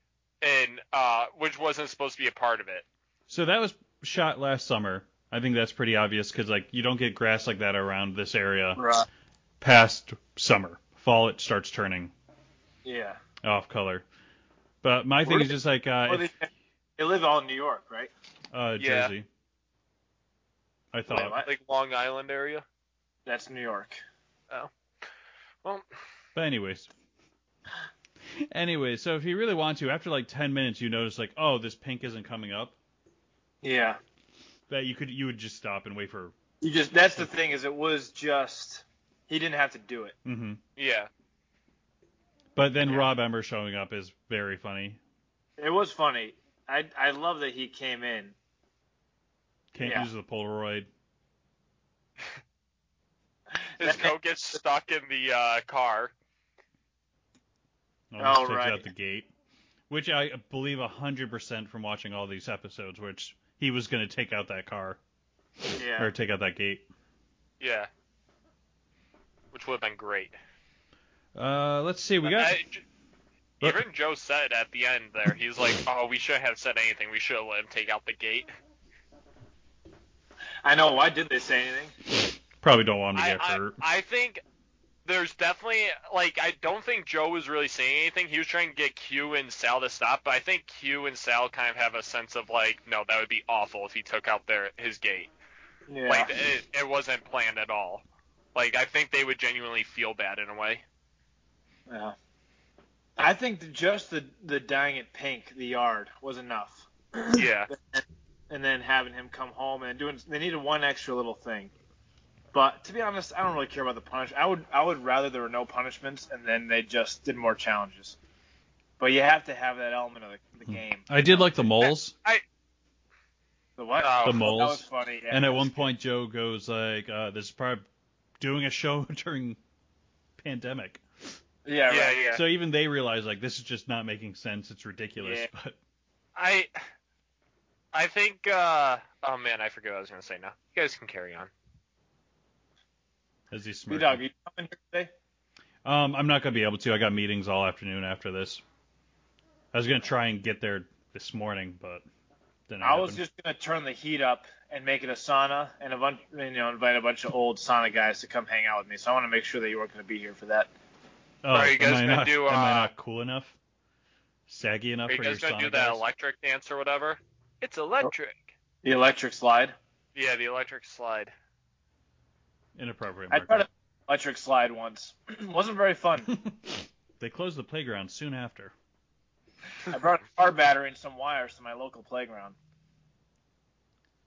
Speaker 3: and uh which wasn't supposed to be a part of it.
Speaker 2: So that was shot last summer. I think that's pretty obvious because like you don't get grass like that around this area
Speaker 4: Right.
Speaker 2: past summer. Fall it starts turning
Speaker 4: Yeah.
Speaker 2: off color. But my thing is just like uh,
Speaker 4: Well,
Speaker 2: if-
Speaker 4: they, they live all in New York, right?
Speaker 2: uh,
Speaker 3: Yeah.
Speaker 2: Jersey. I thought.
Speaker 4: Wait, what?
Speaker 3: Like Long Island area.
Speaker 4: That's New York.
Speaker 2: But anyways. Anyway, so if you really want to, after like ten minutes, you notice like, oh, this pink isn't coming up.
Speaker 4: Yeah.
Speaker 2: That you could, you would just stop and wait for.
Speaker 4: You just that's the thing is it was just he didn't have to do it.
Speaker 2: hmm
Speaker 3: Yeah.
Speaker 2: But then
Speaker 4: Yeah.
Speaker 2: Rob Emmer showing up is very funny.
Speaker 4: It was funny. I I love that he came in.
Speaker 2: Can't
Speaker 4: Yeah.
Speaker 2: use the Polaroid.
Speaker 3: His coat gets stuck in the uh, car.
Speaker 2: Almost
Speaker 4: Oh,
Speaker 2: takes
Speaker 4: right.
Speaker 2: out the gate, which I believe hundred percent from watching all these episodes, which he was going to take out that car
Speaker 4: Yeah.
Speaker 2: or take out that gate.
Speaker 3: Yeah. Which would have been great.
Speaker 2: Uh, let's see, we got
Speaker 3: I- j- even Joe said at the end there, he's like, "Oh, we shouldn't have said anything. We should have let him take out the gate."
Speaker 4: I know. Why did they say anything?
Speaker 2: probably don't want him to
Speaker 3: I,
Speaker 2: get
Speaker 3: I,
Speaker 2: hurt.
Speaker 3: I think there's definitely like I don't think Joe was really saying anything. He was trying to get Q and Sal to stop, but I think Q and Sal kind of have a sense of like, no, that would be awful if he took out their his gate.
Speaker 4: Yeah.
Speaker 3: Like it, it wasn't planned at all. Like I think they would genuinely feel bad in a way.
Speaker 4: yeah. I think the, just the the dyeing it pink the yard was enough,
Speaker 3: Yeah.
Speaker 4: and then having him come home and doing they needed one extra little thing. But to be honest, I don't really care about the punish. I would I would rather there were no punishments and then they just did more challenges. But you have to have that element of the, the game.
Speaker 2: I did like the moles.
Speaker 4: The what?
Speaker 3: Oh,
Speaker 2: The
Speaker 4: that
Speaker 2: moles.
Speaker 4: was funny. yeah.
Speaker 2: And at one point, Joe goes like, uh, "This is probably doing a show during pandemic."
Speaker 4: Yeah,
Speaker 3: yeah,
Speaker 4: right.
Speaker 3: yeah.
Speaker 2: So even they realize like this is just not making sense. It's ridiculous.
Speaker 4: Yeah.
Speaker 2: But
Speaker 3: I I think uh oh man, I forget what I was gonna say now. You guys can carry on.
Speaker 2: as he
Speaker 4: B Dog,
Speaker 2: smirks,
Speaker 4: you coming here today?
Speaker 2: um, I'm not gonna be able to. I got meetings all afternoon after this. I was gonna try and get there this morning, but then
Speaker 4: I was just gonna turn the heat up and make it a sauna and a bunch, you know, invite a bunch of old sauna guys to come hang out with me. So I want to make sure that you weren't gonna be here for that.
Speaker 2: Oh,
Speaker 3: Are you guys
Speaker 2: am I
Speaker 3: gonna
Speaker 2: not,
Speaker 3: do,
Speaker 2: Am I
Speaker 3: uh,
Speaker 2: not cool enough? Saggy enough
Speaker 3: Are you
Speaker 2: for
Speaker 3: guys
Speaker 2: your
Speaker 3: gonna do
Speaker 2: sauna
Speaker 3: that
Speaker 2: guys?
Speaker 3: electric dance or whatever? It's electric.
Speaker 4: The electric slide.
Speaker 3: Yeah, the electric slide.
Speaker 2: Inappropriate.
Speaker 4: I
Speaker 2: Mark.
Speaker 4: tried an electric slide once. wasn't very fun.
Speaker 2: they closed the playground soon after.
Speaker 4: I brought a car battery and some wires to my local playground.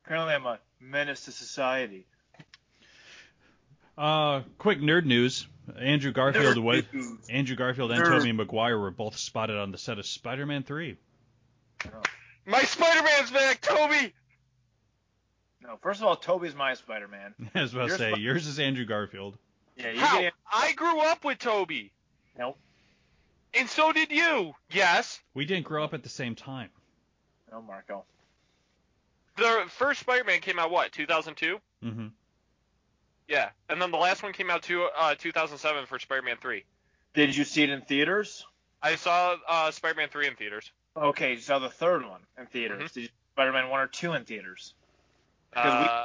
Speaker 4: Apparently, I'm a menace to society.
Speaker 2: Uh, quick nerd news. Andrew Garfield was Andrew Garfield and
Speaker 4: Nerd.
Speaker 2: Tobey Maguire were both spotted on the set of Spider-Man 3.
Speaker 3: My Spider Man's back, Toby!
Speaker 4: No, first of all, Toby's my Spider-Man.
Speaker 2: I was about to
Speaker 4: Yours
Speaker 2: say
Speaker 4: was-
Speaker 2: yours is Andrew Garfield.
Speaker 4: Yeah, you
Speaker 3: How?
Speaker 4: get
Speaker 3: I grew up with Toby.
Speaker 4: Nope.
Speaker 3: And so did you. Yes.
Speaker 2: We didn't grow up at the same time.
Speaker 4: no Marco.
Speaker 3: The first Spider Man came out what, two thousand two?
Speaker 2: Mm-hmm.
Speaker 3: Yeah. And then the last one came out two uh two thousand seven for Spider Man three.
Speaker 4: Did you see it in theaters?
Speaker 3: I saw uh Spider Man three in theaters.
Speaker 4: Okay, you saw the third one in theaters.
Speaker 3: Mhm.
Speaker 4: Did you Spider-Man one or two in theaters? 'Cause we-
Speaker 3: Uh,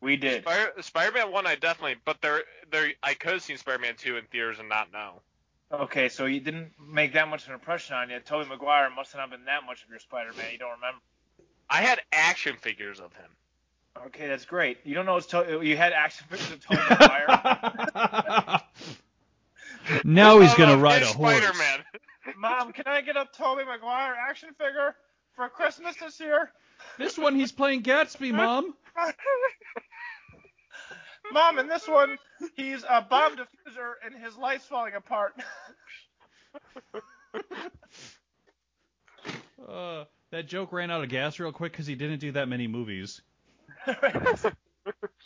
Speaker 4: We did.
Speaker 3: Spider- Spider-Man one, I definitely, but there, there, I could have seen Spider-Man two in theaters and not know.
Speaker 4: Okay, so you didn't make that much of an impression on you. Tobey Maguire must have not been that much of your Spider-Man. You don't remember.
Speaker 3: I had action figures of him.
Speaker 4: Okay, that's great. You don't know it's to- you had action figures of Tobey Maguire.
Speaker 2: now he's
Speaker 3: Oh,
Speaker 2: gonna
Speaker 3: no,
Speaker 2: ride a
Speaker 3: it's
Speaker 2: horse.
Speaker 3: Spider-Man.
Speaker 4: Mom, can I get a Tobey Maguire action figure for Christmas this year?
Speaker 2: This one he's playing Gatsby, Mom.
Speaker 4: Mom, in this one, he's a bomb diffuser and his light's falling apart.
Speaker 2: Uh, that joke ran out of gas real quick because he didn't do that many movies.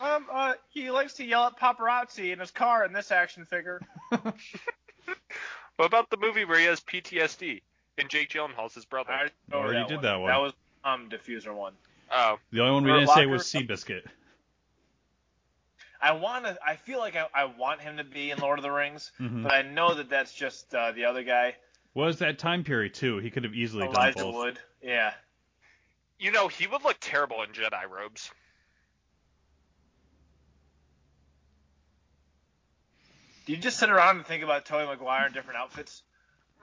Speaker 4: um, uh, he likes to yell at paparazzi in his car in this action figure.
Speaker 3: What about the movie where he has PTSD and Jake Gyllenhaal's his brother?
Speaker 4: I
Speaker 2: You already
Speaker 4: that
Speaker 2: did
Speaker 4: one.
Speaker 2: that one.
Speaker 4: That was bomb diffuser one.
Speaker 3: oh,
Speaker 2: The only one we
Speaker 4: Or
Speaker 2: didn't say
Speaker 4: Locker.
Speaker 2: was Seabiscuit.
Speaker 4: I want to. I feel like I, I want him to be in Lord of the Rings,
Speaker 2: Mhm.
Speaker 4: but I know that that's just uh, the other guy,
Speaker 2: Was that time period too? He could have easily
Speaker 4: Elijah
Speaker 2: done both.
Speaker 4: Wood. Yeah.
Speaker 3: you know he would look terrible in Jedi robes.
Speaker 4: Do you just sit around and think about Tobey Maguire in different outfits?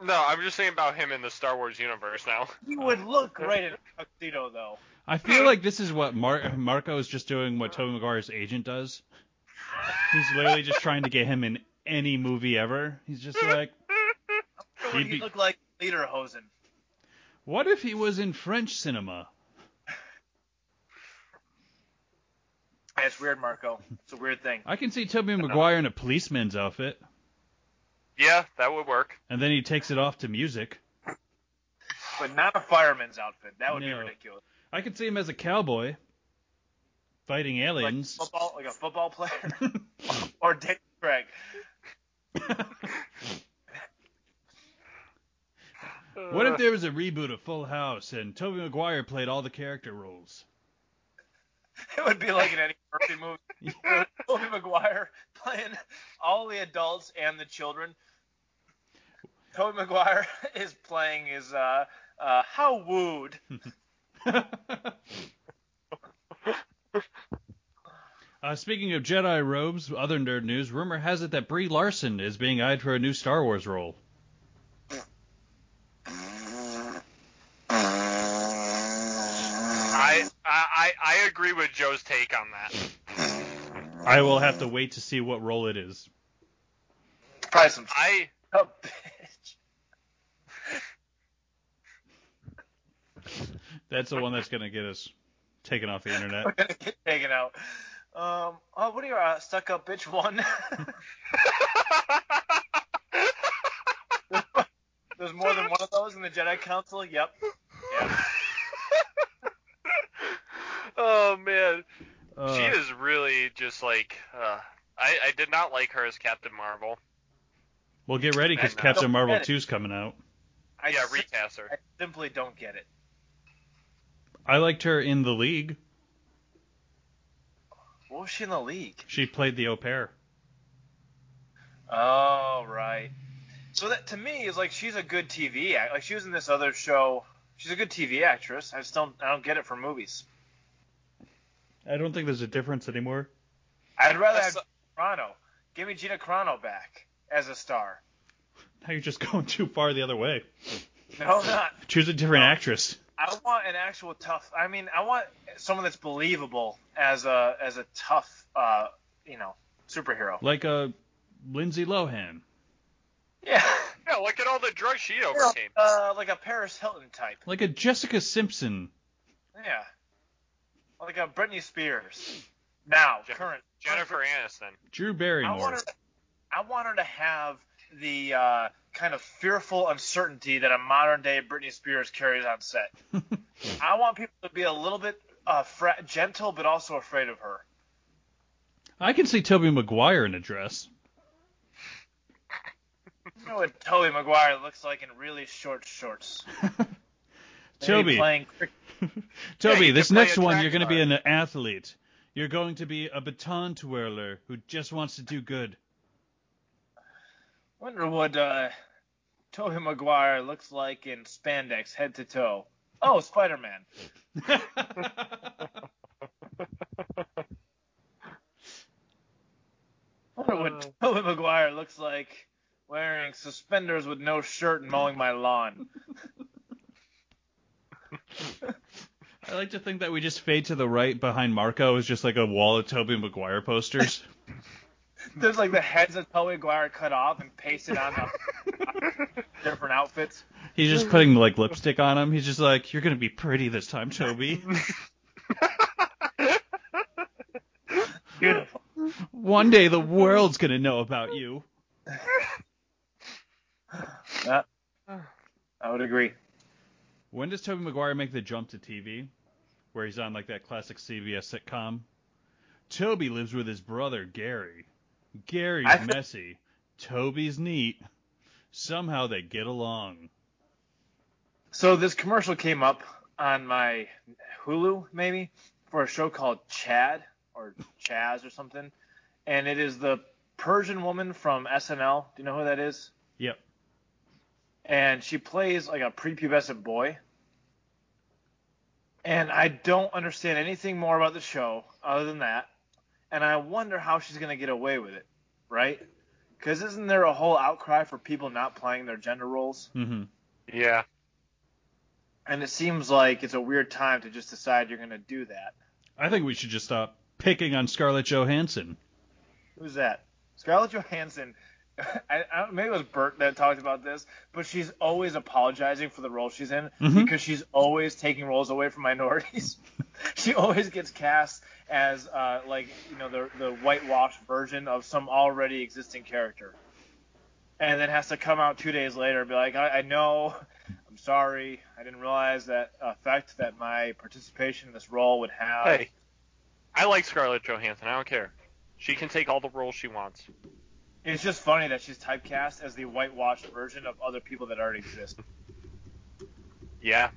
Speaker 3: No, I'm just saying about him in the Star Wars universe now.
Speaker 4: He
Speaker 2: Uh,
Speaker 4: would look great in a tuxedo, though.
Speaker 2: I feel like this is what Mar- Marco is just doing what Tobey Maguire's agent does. He's literally just trying to get him in any movie ever. He's just like, He'd
Speaker 4: He
Speaker 2: be-
Speaker 4: looked like Lederhosen.
Speaker 2: what if he was in French cinema?
Speaker 4: That's weird, Marco. It's a weird thing.
Speaker 2: I can see Tobey Maguire in a policeman's outfit,
Speaker 3: Yeah, that would work.
Speaker 2: and then he takes it off to music.
Speaker 4: But not a fireman's outfit. That would be
Speaker 2: No.
Speaker 4: ridiculous.
Speaker 2: I could see him as a cowboy fighting
Speaker 4: Like
Speaker 2: aliens.
Speaker 4: football, like a football player, or Dick Craig.
Speaker 2: what
Speaker 3: Uh,
Speaker 2: if there was a reboot of Full House and Tobey Maguire played all the character roles?
Speaker 4: It would be like an Eddie Murphy movie. Tobey Maguire playing all the adults and the children. Tobey Maguire is playing his uh, uh, how wooed.
Speaker 2: Uh, speaking of Jedi robes, other nerd news. Rumor has it that Brie Larson is being eyed for a new Star Wars role.
Speaker 3: I, I I I agree with Joe's take on that.
Speaker 2: I will have to wait to see what role it is.
Speaker 4: Probably some
Speaker 3: I
Speaker 4: up bitch.
Speaker 2: That's the one that's going to get us taken off the internet.
Speaker 4: We're gonna get taken out. Um, oh, what are you, uh, stuck up bitch one? There's more than one of those in the Jedi Council. Yep. Yeah.
Speaker 3: oh man,
Speaker 2: Uh,
Speaker 3: she is really just like uh, I I did not like her as Captain Marvel.
Speaker 2: well, get ready because
Speaker 3: And, uh,
Speaker 2: Captain Marvel
Speaker 4: Don't get
Speaker 2: 2 is coming out.
Speaker 4: I
Speaker 3: yeah,
Speaker 4: sim-
Speaker 3: recast her.
Speaker 4: I simply don't get it.
Speaker 2: I liked her in The League.
Speaker 4: What was she in the league?
Speaker 2: She played the au pair.
Speaker 4: Oh, right. So that to me is like she's a good TV act. Like she was in this other show. She's a good TV actress. I just don't. I don't get it for movies.
Speaker 2: I don't think there's a difference anymore.
Speaker 4: I'd rather have
Speaker 3: That's-
Speaker 4: Carano. Give me Gina Carano back as a star.
Speaker 2: Now you're just going too far the other way.
Speaker 4: No, I'm not.
Speaker 2: Choose a different actress.
Speaker 4: I want an actual tough. I mean, I want someone that's believable as a as a tough, uh, you know, superhero.
Speaker 2: Like uh, Lindsay Lohan.
Speaker 4: Yeah,
Speaker 3: Yeah, look at all the drugs she overcame.
Speaker 4: uh, like a Paris Hilton type.
Speaker 2: Like a Jessica Simpson.
Speaker 4: Yeah, like a Britney Spears. Now,
Speaker 3: Jennifer-
Speaker 4: current
Speaker 3: Jennifer Aniston.
Speaker 2: Drew
Speaker 4: I
Speaker 2: Barrymore.
Speaker 4: want her. I want her to have the uh, kind of fearful uncertainty that a modern day Britney Spears carries on set. I want people to be a little bit uh, fra- gentle, but also afraid of her.
Speaker 2: I can see Toby Maguire in a dress.
Speaker 4: You know what Tobey Maguire looks like in really short shorts. Maybe
Speaker 2: Toby.
Speaker 4: playing cricket.
Speaker 2: Toby,
Speaker 3: you
Speaker 2: this
Speaker 3: could play
Speaker 2: next
Speaker 3: a
Speaker 2: one,
Speaker 3: track
Speaker 2: you're going to be
Speaker 3: star.
Speaker 2: an athlete. You're going to be a baton twirler who just wants to do good.
Speaker 4: Wonder what uh, Tobey Maguire looks like in spandex, head to toe. Oh, Spider Man. remember what Toby Maguire looks like wearing suspenders with no shirt and mowing my lawn.
Speaker 2: I like to think that we just fade to the right behind Marco is just like a wall of Toby Maguire posters.
Speaker 4: There's like the heads of Toby Maguire cut off and pasted on the different outfits.
Speaker 2: He's just putting like lipstick on him. He's just like, "You're gonna be pretty this time, Toby."
Speaker 4: Beautiful.
Speaker 2: One day the world's gonna know about you.
Speaker 4: I would agree.
Speaker 2: When does Toby Maguire make the jump to TV, where he's on like that classic CBS sitcom? Toby lives with his brother Gary. Gary's
Speaker 4: I-
Speaker 2: messy. Toby's neat. Somehow they get along.
Speaker 4: So this commercial came up on my Hulu maybe for a show called Chad or Chaz or something, and it is the Persian woman from SNL. Do you know who that is?
Speaker 2: Yep.
Speaker 4: And she plays like a prepubescent boy. And I don't understand anything more about the show other than that. And I wonder how she's going to get away with it, right? Because isn't there a whole outcry for people not playing their gender roles?
Speaker 2: hmm
Speaker 3: Yeah.
Speaker 4: And it seems like it's a weird time to just decide you're going to do that.
Speaker 2: I think we should just stop picking on Scarlett Johansson.
Speaker 4: Who's that? Scarlett Johansson. I, I don't, maybe it was Bert that talked about this, but she's always apologizing for the role she's in
Speaker 2: Mhm.
Speaker 4: because she's always taking roles away from minorities. she always gets cast as uh, like you know the the whitewashed version of some already existing character, and then has to come out two days later and be like, I, I know, I'm sorry, I didn't realize that effect that my participation in this role would have.
Speaker 3: Hey, I like Scarlett Johansson. I don't care. She can take all the roles she wants.
Speaker 4: It's just funny that she's typecast as the whitewashed version of other people that already exist.
Speaker 3: Yeah.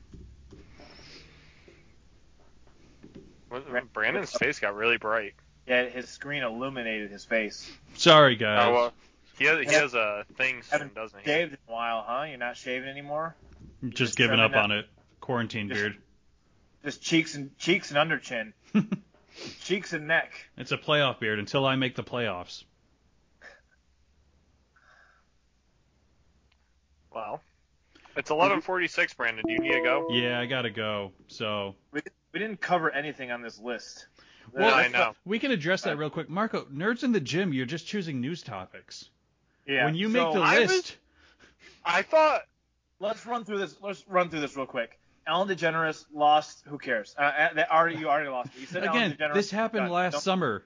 Speaker 3: What- Brandon's face got really bright.
Speaker 4: Yeah, his screen illuminated his face.
Speaker 2: Sorry, guys.
Speaker 3: Oh, well, he has, he has a thing, soon,
Speaker 4: Haven't
Speaker 3: doesn't he?
Speaker 4: Shaved in a while, huh? You're not shaving anymore.
Speaker 2: just,
Speaker 4: just
Speaker 2: giving up
Speaker 4: trimming
Speaker 2: on it. Quarantine
Speaker 4: Just-
Speaker 2: beard.
Speaker 4: Just cheeks and cheeks and under chin, cheeks and neck.
Speaker 2: it's a playoff beard until I make the playoffs.
Speaker 3: Well, it's 11:46, Brandon. Do you need to go?
Speaker 2: Yeah, I gotta go. So
Speaker 4: We didn't cover anything on this list.
Speaker 3: Well,
Speaker 4: Uh,
Speaker 3: I know. Uh,
Speaker 2: we can address that real quick. Marco, nerds in the gym, you're just choosing news topics.
Speaker 4: yeah.
Speaker 2: When you
Speaker 4: so
Speaker 2: make the
Speaker 3: I was-
Speaker 2: list,
Speaker 3: I thought.
Speaker 4: let's run through this. Let's run through this real quick. Ellen DeGeneres lost. Who cares? Uh, Uh, that already you already lost. You said Ellen
Speaker 2: again,
Speaker 4: DeGeneres.
Speaker 2: this happened
Speaker 4: Done.
Speaker 2: last
Speaker 4: Don't-
Speaker 2: summer.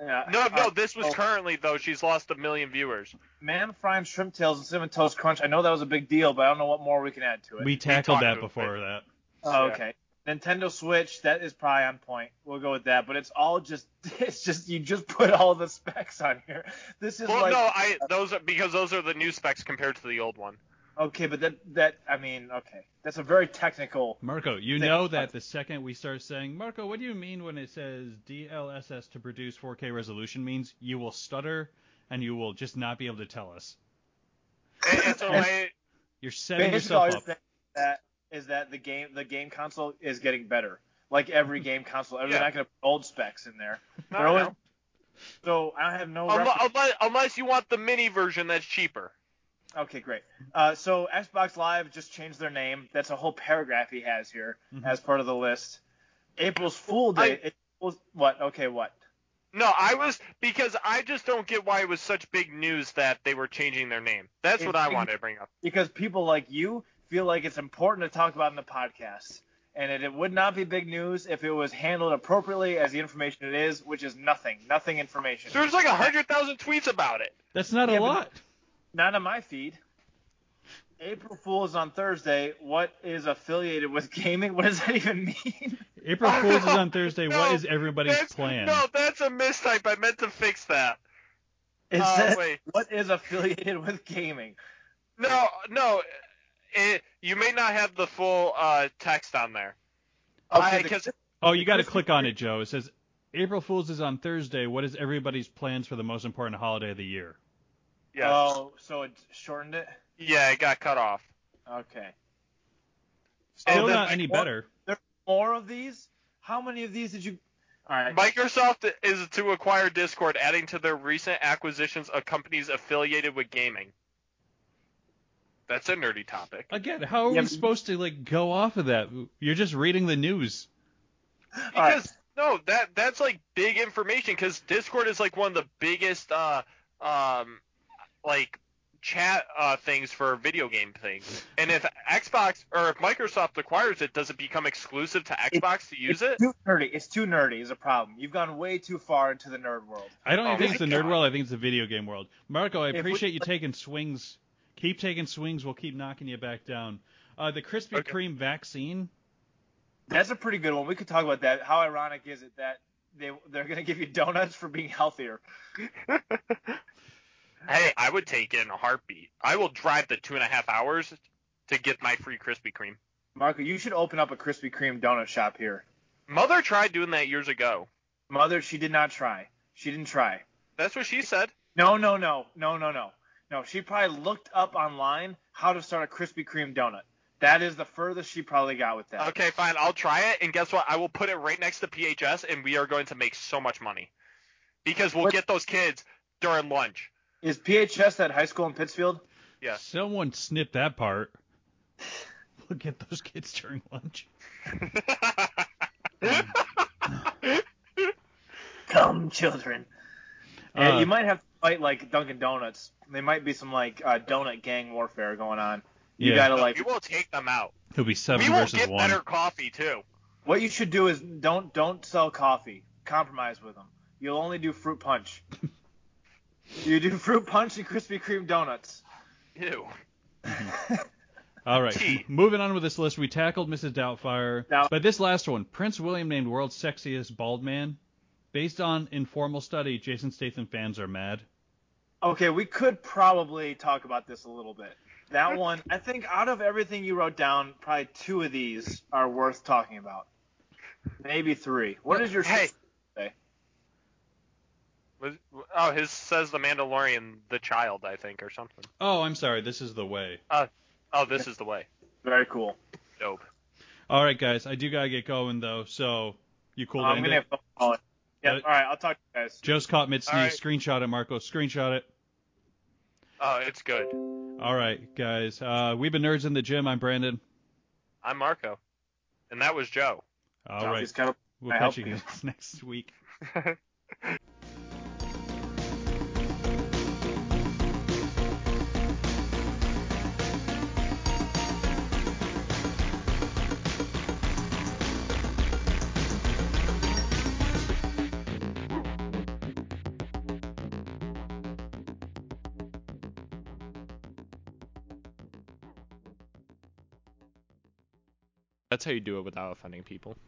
Speaker 4: yeah,
Speaker 3: No,
Speaker 4: uh,
Speaker 3: no. This was
Speaker 4: oh.
Speaker 3: currently though. She's lost a million viewers.
Speaker 4: Man frying shrimp tails and cinnamon toast crunch. I know that was a big deal, but I don't know what more we can add to it.
Speaker 2: We
Speaker 3: talked
Speaker 2: tackled that
Speaker 3: about
Speaker 2: before that.
Speaker 4: Oh,
Speaker 3: Yeah.
Speaker 4: okay. Nintendo Switch, that is probably on point. We'll go with that. But it's all just, it's just you just put all the specs on here. This is
Speaker 3: Well,
Speaker 4: like,
Speaker 3: no, I those are because those are the new specs compared to the old one.
Speaker 4: okay, but that that I mean, okay, that's a very technical.
Speaker 2: Marco, you
Speaker 4: They-
Speaker 2: know that the second we start saying, Marco, what do you mean when it says DLSS to produce 4K resolution means you will stutter and you will just not be able to tell us.
Speaker 3: It- It's a way.
Speaker 2: You're setting
Speaker 4: Basically, all
Speaker 2: yourself
Speaker 4: you're
Speaker 2: up.
Speaker 4: saying is that is that the game the game console is getting better. Like every game console, they're
Speaker 3: Yeah.
Speaker 4: not gonna put old specs in there.
Speaker 3: No,
Speaker 4: They're always-
Speaker 3: no.
Speaker 4: So I have no.
Speaker 3: Unle-
Speaker 4: reference-
Speaker 3: Unless, unless you want the mini version, that's cheaper.
Speaker 4: Okay, great. Uh, so Xbox Live just changed their name. That's a whole paragraph he has here
Speaker 2: Mhm.
Speaker 4: as part of the list. April's Fool
Speaker 3: I-
Speaker 4: Day. April's, what? Okay, what?
Speaker 3: No, I was because I just don't get why it was such big news that they were changing their name. That's what I wanted to bring up.
Speaker 4: Because people like you feel like it's important to talk about in the podcast, and it, it would not be big news if it was handled appropriately as the information it is, which is nothing, nothing information.
Speaker 3: There's like a hundred thousand tweets about it.
Speaker 2: That's not
Speaker 4: Yeah,
Speaker 2: a
Speaker 4: but-
Speaker 2: lot.
Speaker 4: Not on my feed. April Fool's on Thursday. What is affiliated with gaming? What does that even mean?
Speaker 2: April
Speaker 3: Oh,
Speaker 2: Fool's is
Speaker 3: no.
Speaker 2: on Thursday. what
Speaker 3: No,
Speaker 2: is everybody's
Speaker 3: That's,
Speaker 2: plan?
Speaker 3: no, that's a mistype. I meant to fix that.
Speaker 4: It
Speaker 3: Uh,
Speaker 4: says,
Speaker 3: wait.
Speaker 4: what is affiliated with gaming?
Speaker 3: No, no, it, you may not have the full uh, text on there. I-
Speaker 4: the-
Speaker 3: 'cause-
Speaker 2: Oh, you got to
Speaker 4: Christmas
Speaker 2: click on it, Joe. It says April Fool's is on Thursday. What is everybody's plans for the most important holiday of the year?
Speaker 3: yes.
Speaker 4: Oh, so it shortened it?
Speaker 3: yeah, it got cut off.
Speaker 4: Okay.
Speaker 2: Still
Speaker 3: then
Speaker 2: not
Speaker 3: I-
Speaker 2: any better.
Speaker 4: More of these? How many of these did you? All right.
Speaker 3: Microsoft is to acquire Discord, adding to their recent acquisitions of companies affiliated with gaming. That's a nerdy topic.
Speaker 2: Again, how are
Speaker 4: Yeah,
Speaker 2: we
Speaker 4: but-
Speaker 2: supposed to like go off of that? You're just reading the news.
Speaker 4: right.
Speaker 3: Because no, that that's like big information. Because Discord is like one of the biggest, uh, um, like chat uh, things for video game things. And if Xbox or if Microsoft acquires it, does it become exclusive to Xbox to use it?
Speaker 4: Too nerdy. It's too nerdy. Is a problem. You've gone way too far into the nerd world.
Speaker 2: I don't
Speaker 3: Oh
Speaker 2: even think
Speaker 3: my
Speaker 2: it's the nerd
Speaker 3: God.
Speaker 2: world. I think it's the video game world. Marco, I
Speaker 4: If we-
Speaker 2: appreciate you taking swings. Keep taking swings. We'll keep knocking you back down. Uh, the Krispy
Speaker 3: Okay.
Speaker 2: Kreme vaccine.
Speaker 4: That's a pretty good one. We could talk about that. How ironic is it that they they're gonna give you donuts for being healthier?
Speaker 3: Hey, I would take it in a heartbeat. I will drive the two and a half hours to get my free Krispy Kreme.
Speaker 4: Marco, you should open up a Krispy Kreme donut shop here.
Speaker 3: Mother tried doing that years ago.
Speaker 4: Mother, she did not try. She didn't try.
Speaker 3: That's what she said.
Speaker 4: No, no, no, no, no, no, no. She probably looked up online how to start a Krispy Kreme donut. That is the furthest she probably got with that.
Speaker 3: Okay, fine. I'll try it, and guess what? I will put it right next to PHS, and we are going to make so much money because we'll
Speaker 4: What-
Speaker 3: get those kids during lunch.
Speaker 4: Is PHS that high school in Pittsfield?
Speaker 3: Yeah.
Speaker 2: Someone snipped that part. Look at those kids during lunch.
Speaker 4: Come, children. Yeah,
Speaker 2: Uh,
Speaker 4: you might have to fight like Dunkin' Donuts. There might be some like uh, donut gang warfare going on. You
Speaker 2: Yeah.
Speaker 4: gotta
Speaker 3: No,
Speaker 4: like.
Speaker 3: we will take them out.
Speaker 2: It'll be seven
Speaker 3: We will
Speaker 2: versus
Speaker 3: get
Speaker 2: one.
Speaker 3: better coffee too.
Speaker 4: What you should do is don't don't sell coffee. Compromise with them. You'll only do fruit punch. you do fruit punch and Krispy Kreme donuts.
Speaker 3: Ew.
Speaker 2: All right.
Speaker 3: Tea.
Speaker 2: m- Moving on with this list, we tackled Mrs. Doubtfire.
Speaker 4: Now-
Speaker 2: But this last one, Prince William named world's sexiest bald man. Based on informal study, Jason Statham fans are mad.
Speaker 4: Okay, we could probably talk about this a little bit. That one, I think, out of everything you wrote down, probably two of these are worth talking about. Maybe three. What is your
Speaker 3: Hey.
Speaker 4: Hey.
Speaker 3: Was- Oh, his says the Mandalorian, the child, I think, or something.
Speaker 2: Oh, I'm sorry. This is the way.
Speaker 3: Oh, this is the way.
Speaker 4: Very cool.
Speaker 3: Dope.
Speaker 2: All right, guys. I do gotta get going though. So you cool? to
Speaker 4: I'm
Speaker 2: end
Speaker 4: gonna
Speaker 2: it?
Speaker 4: have to call it. Yeah.
Speaker 2: Uh,
Speaker 4: all right. I'll talk to you guys.
Speaker 2: Joe's caught mid sneeze.
Speaker 3: All right.
Speaker 2: Screenshot it, Marco. Screenshot it.
Speaker 3: Oh, it's good.
Speaker 2: All right, guys. Uh, we've been nerds in the gym. I'm Brandon.
Speaker 3: I'm Marco, and that was Joe.
Speaker 2: All right.
Speaker 4: Just gotta-
Speaker 2: We'll
Speaker 4: I help
Speaker 2: catch you
Speaker 4: you.
Speaker 2: guys next week.
Speaker 5: That's how you do it without offending people.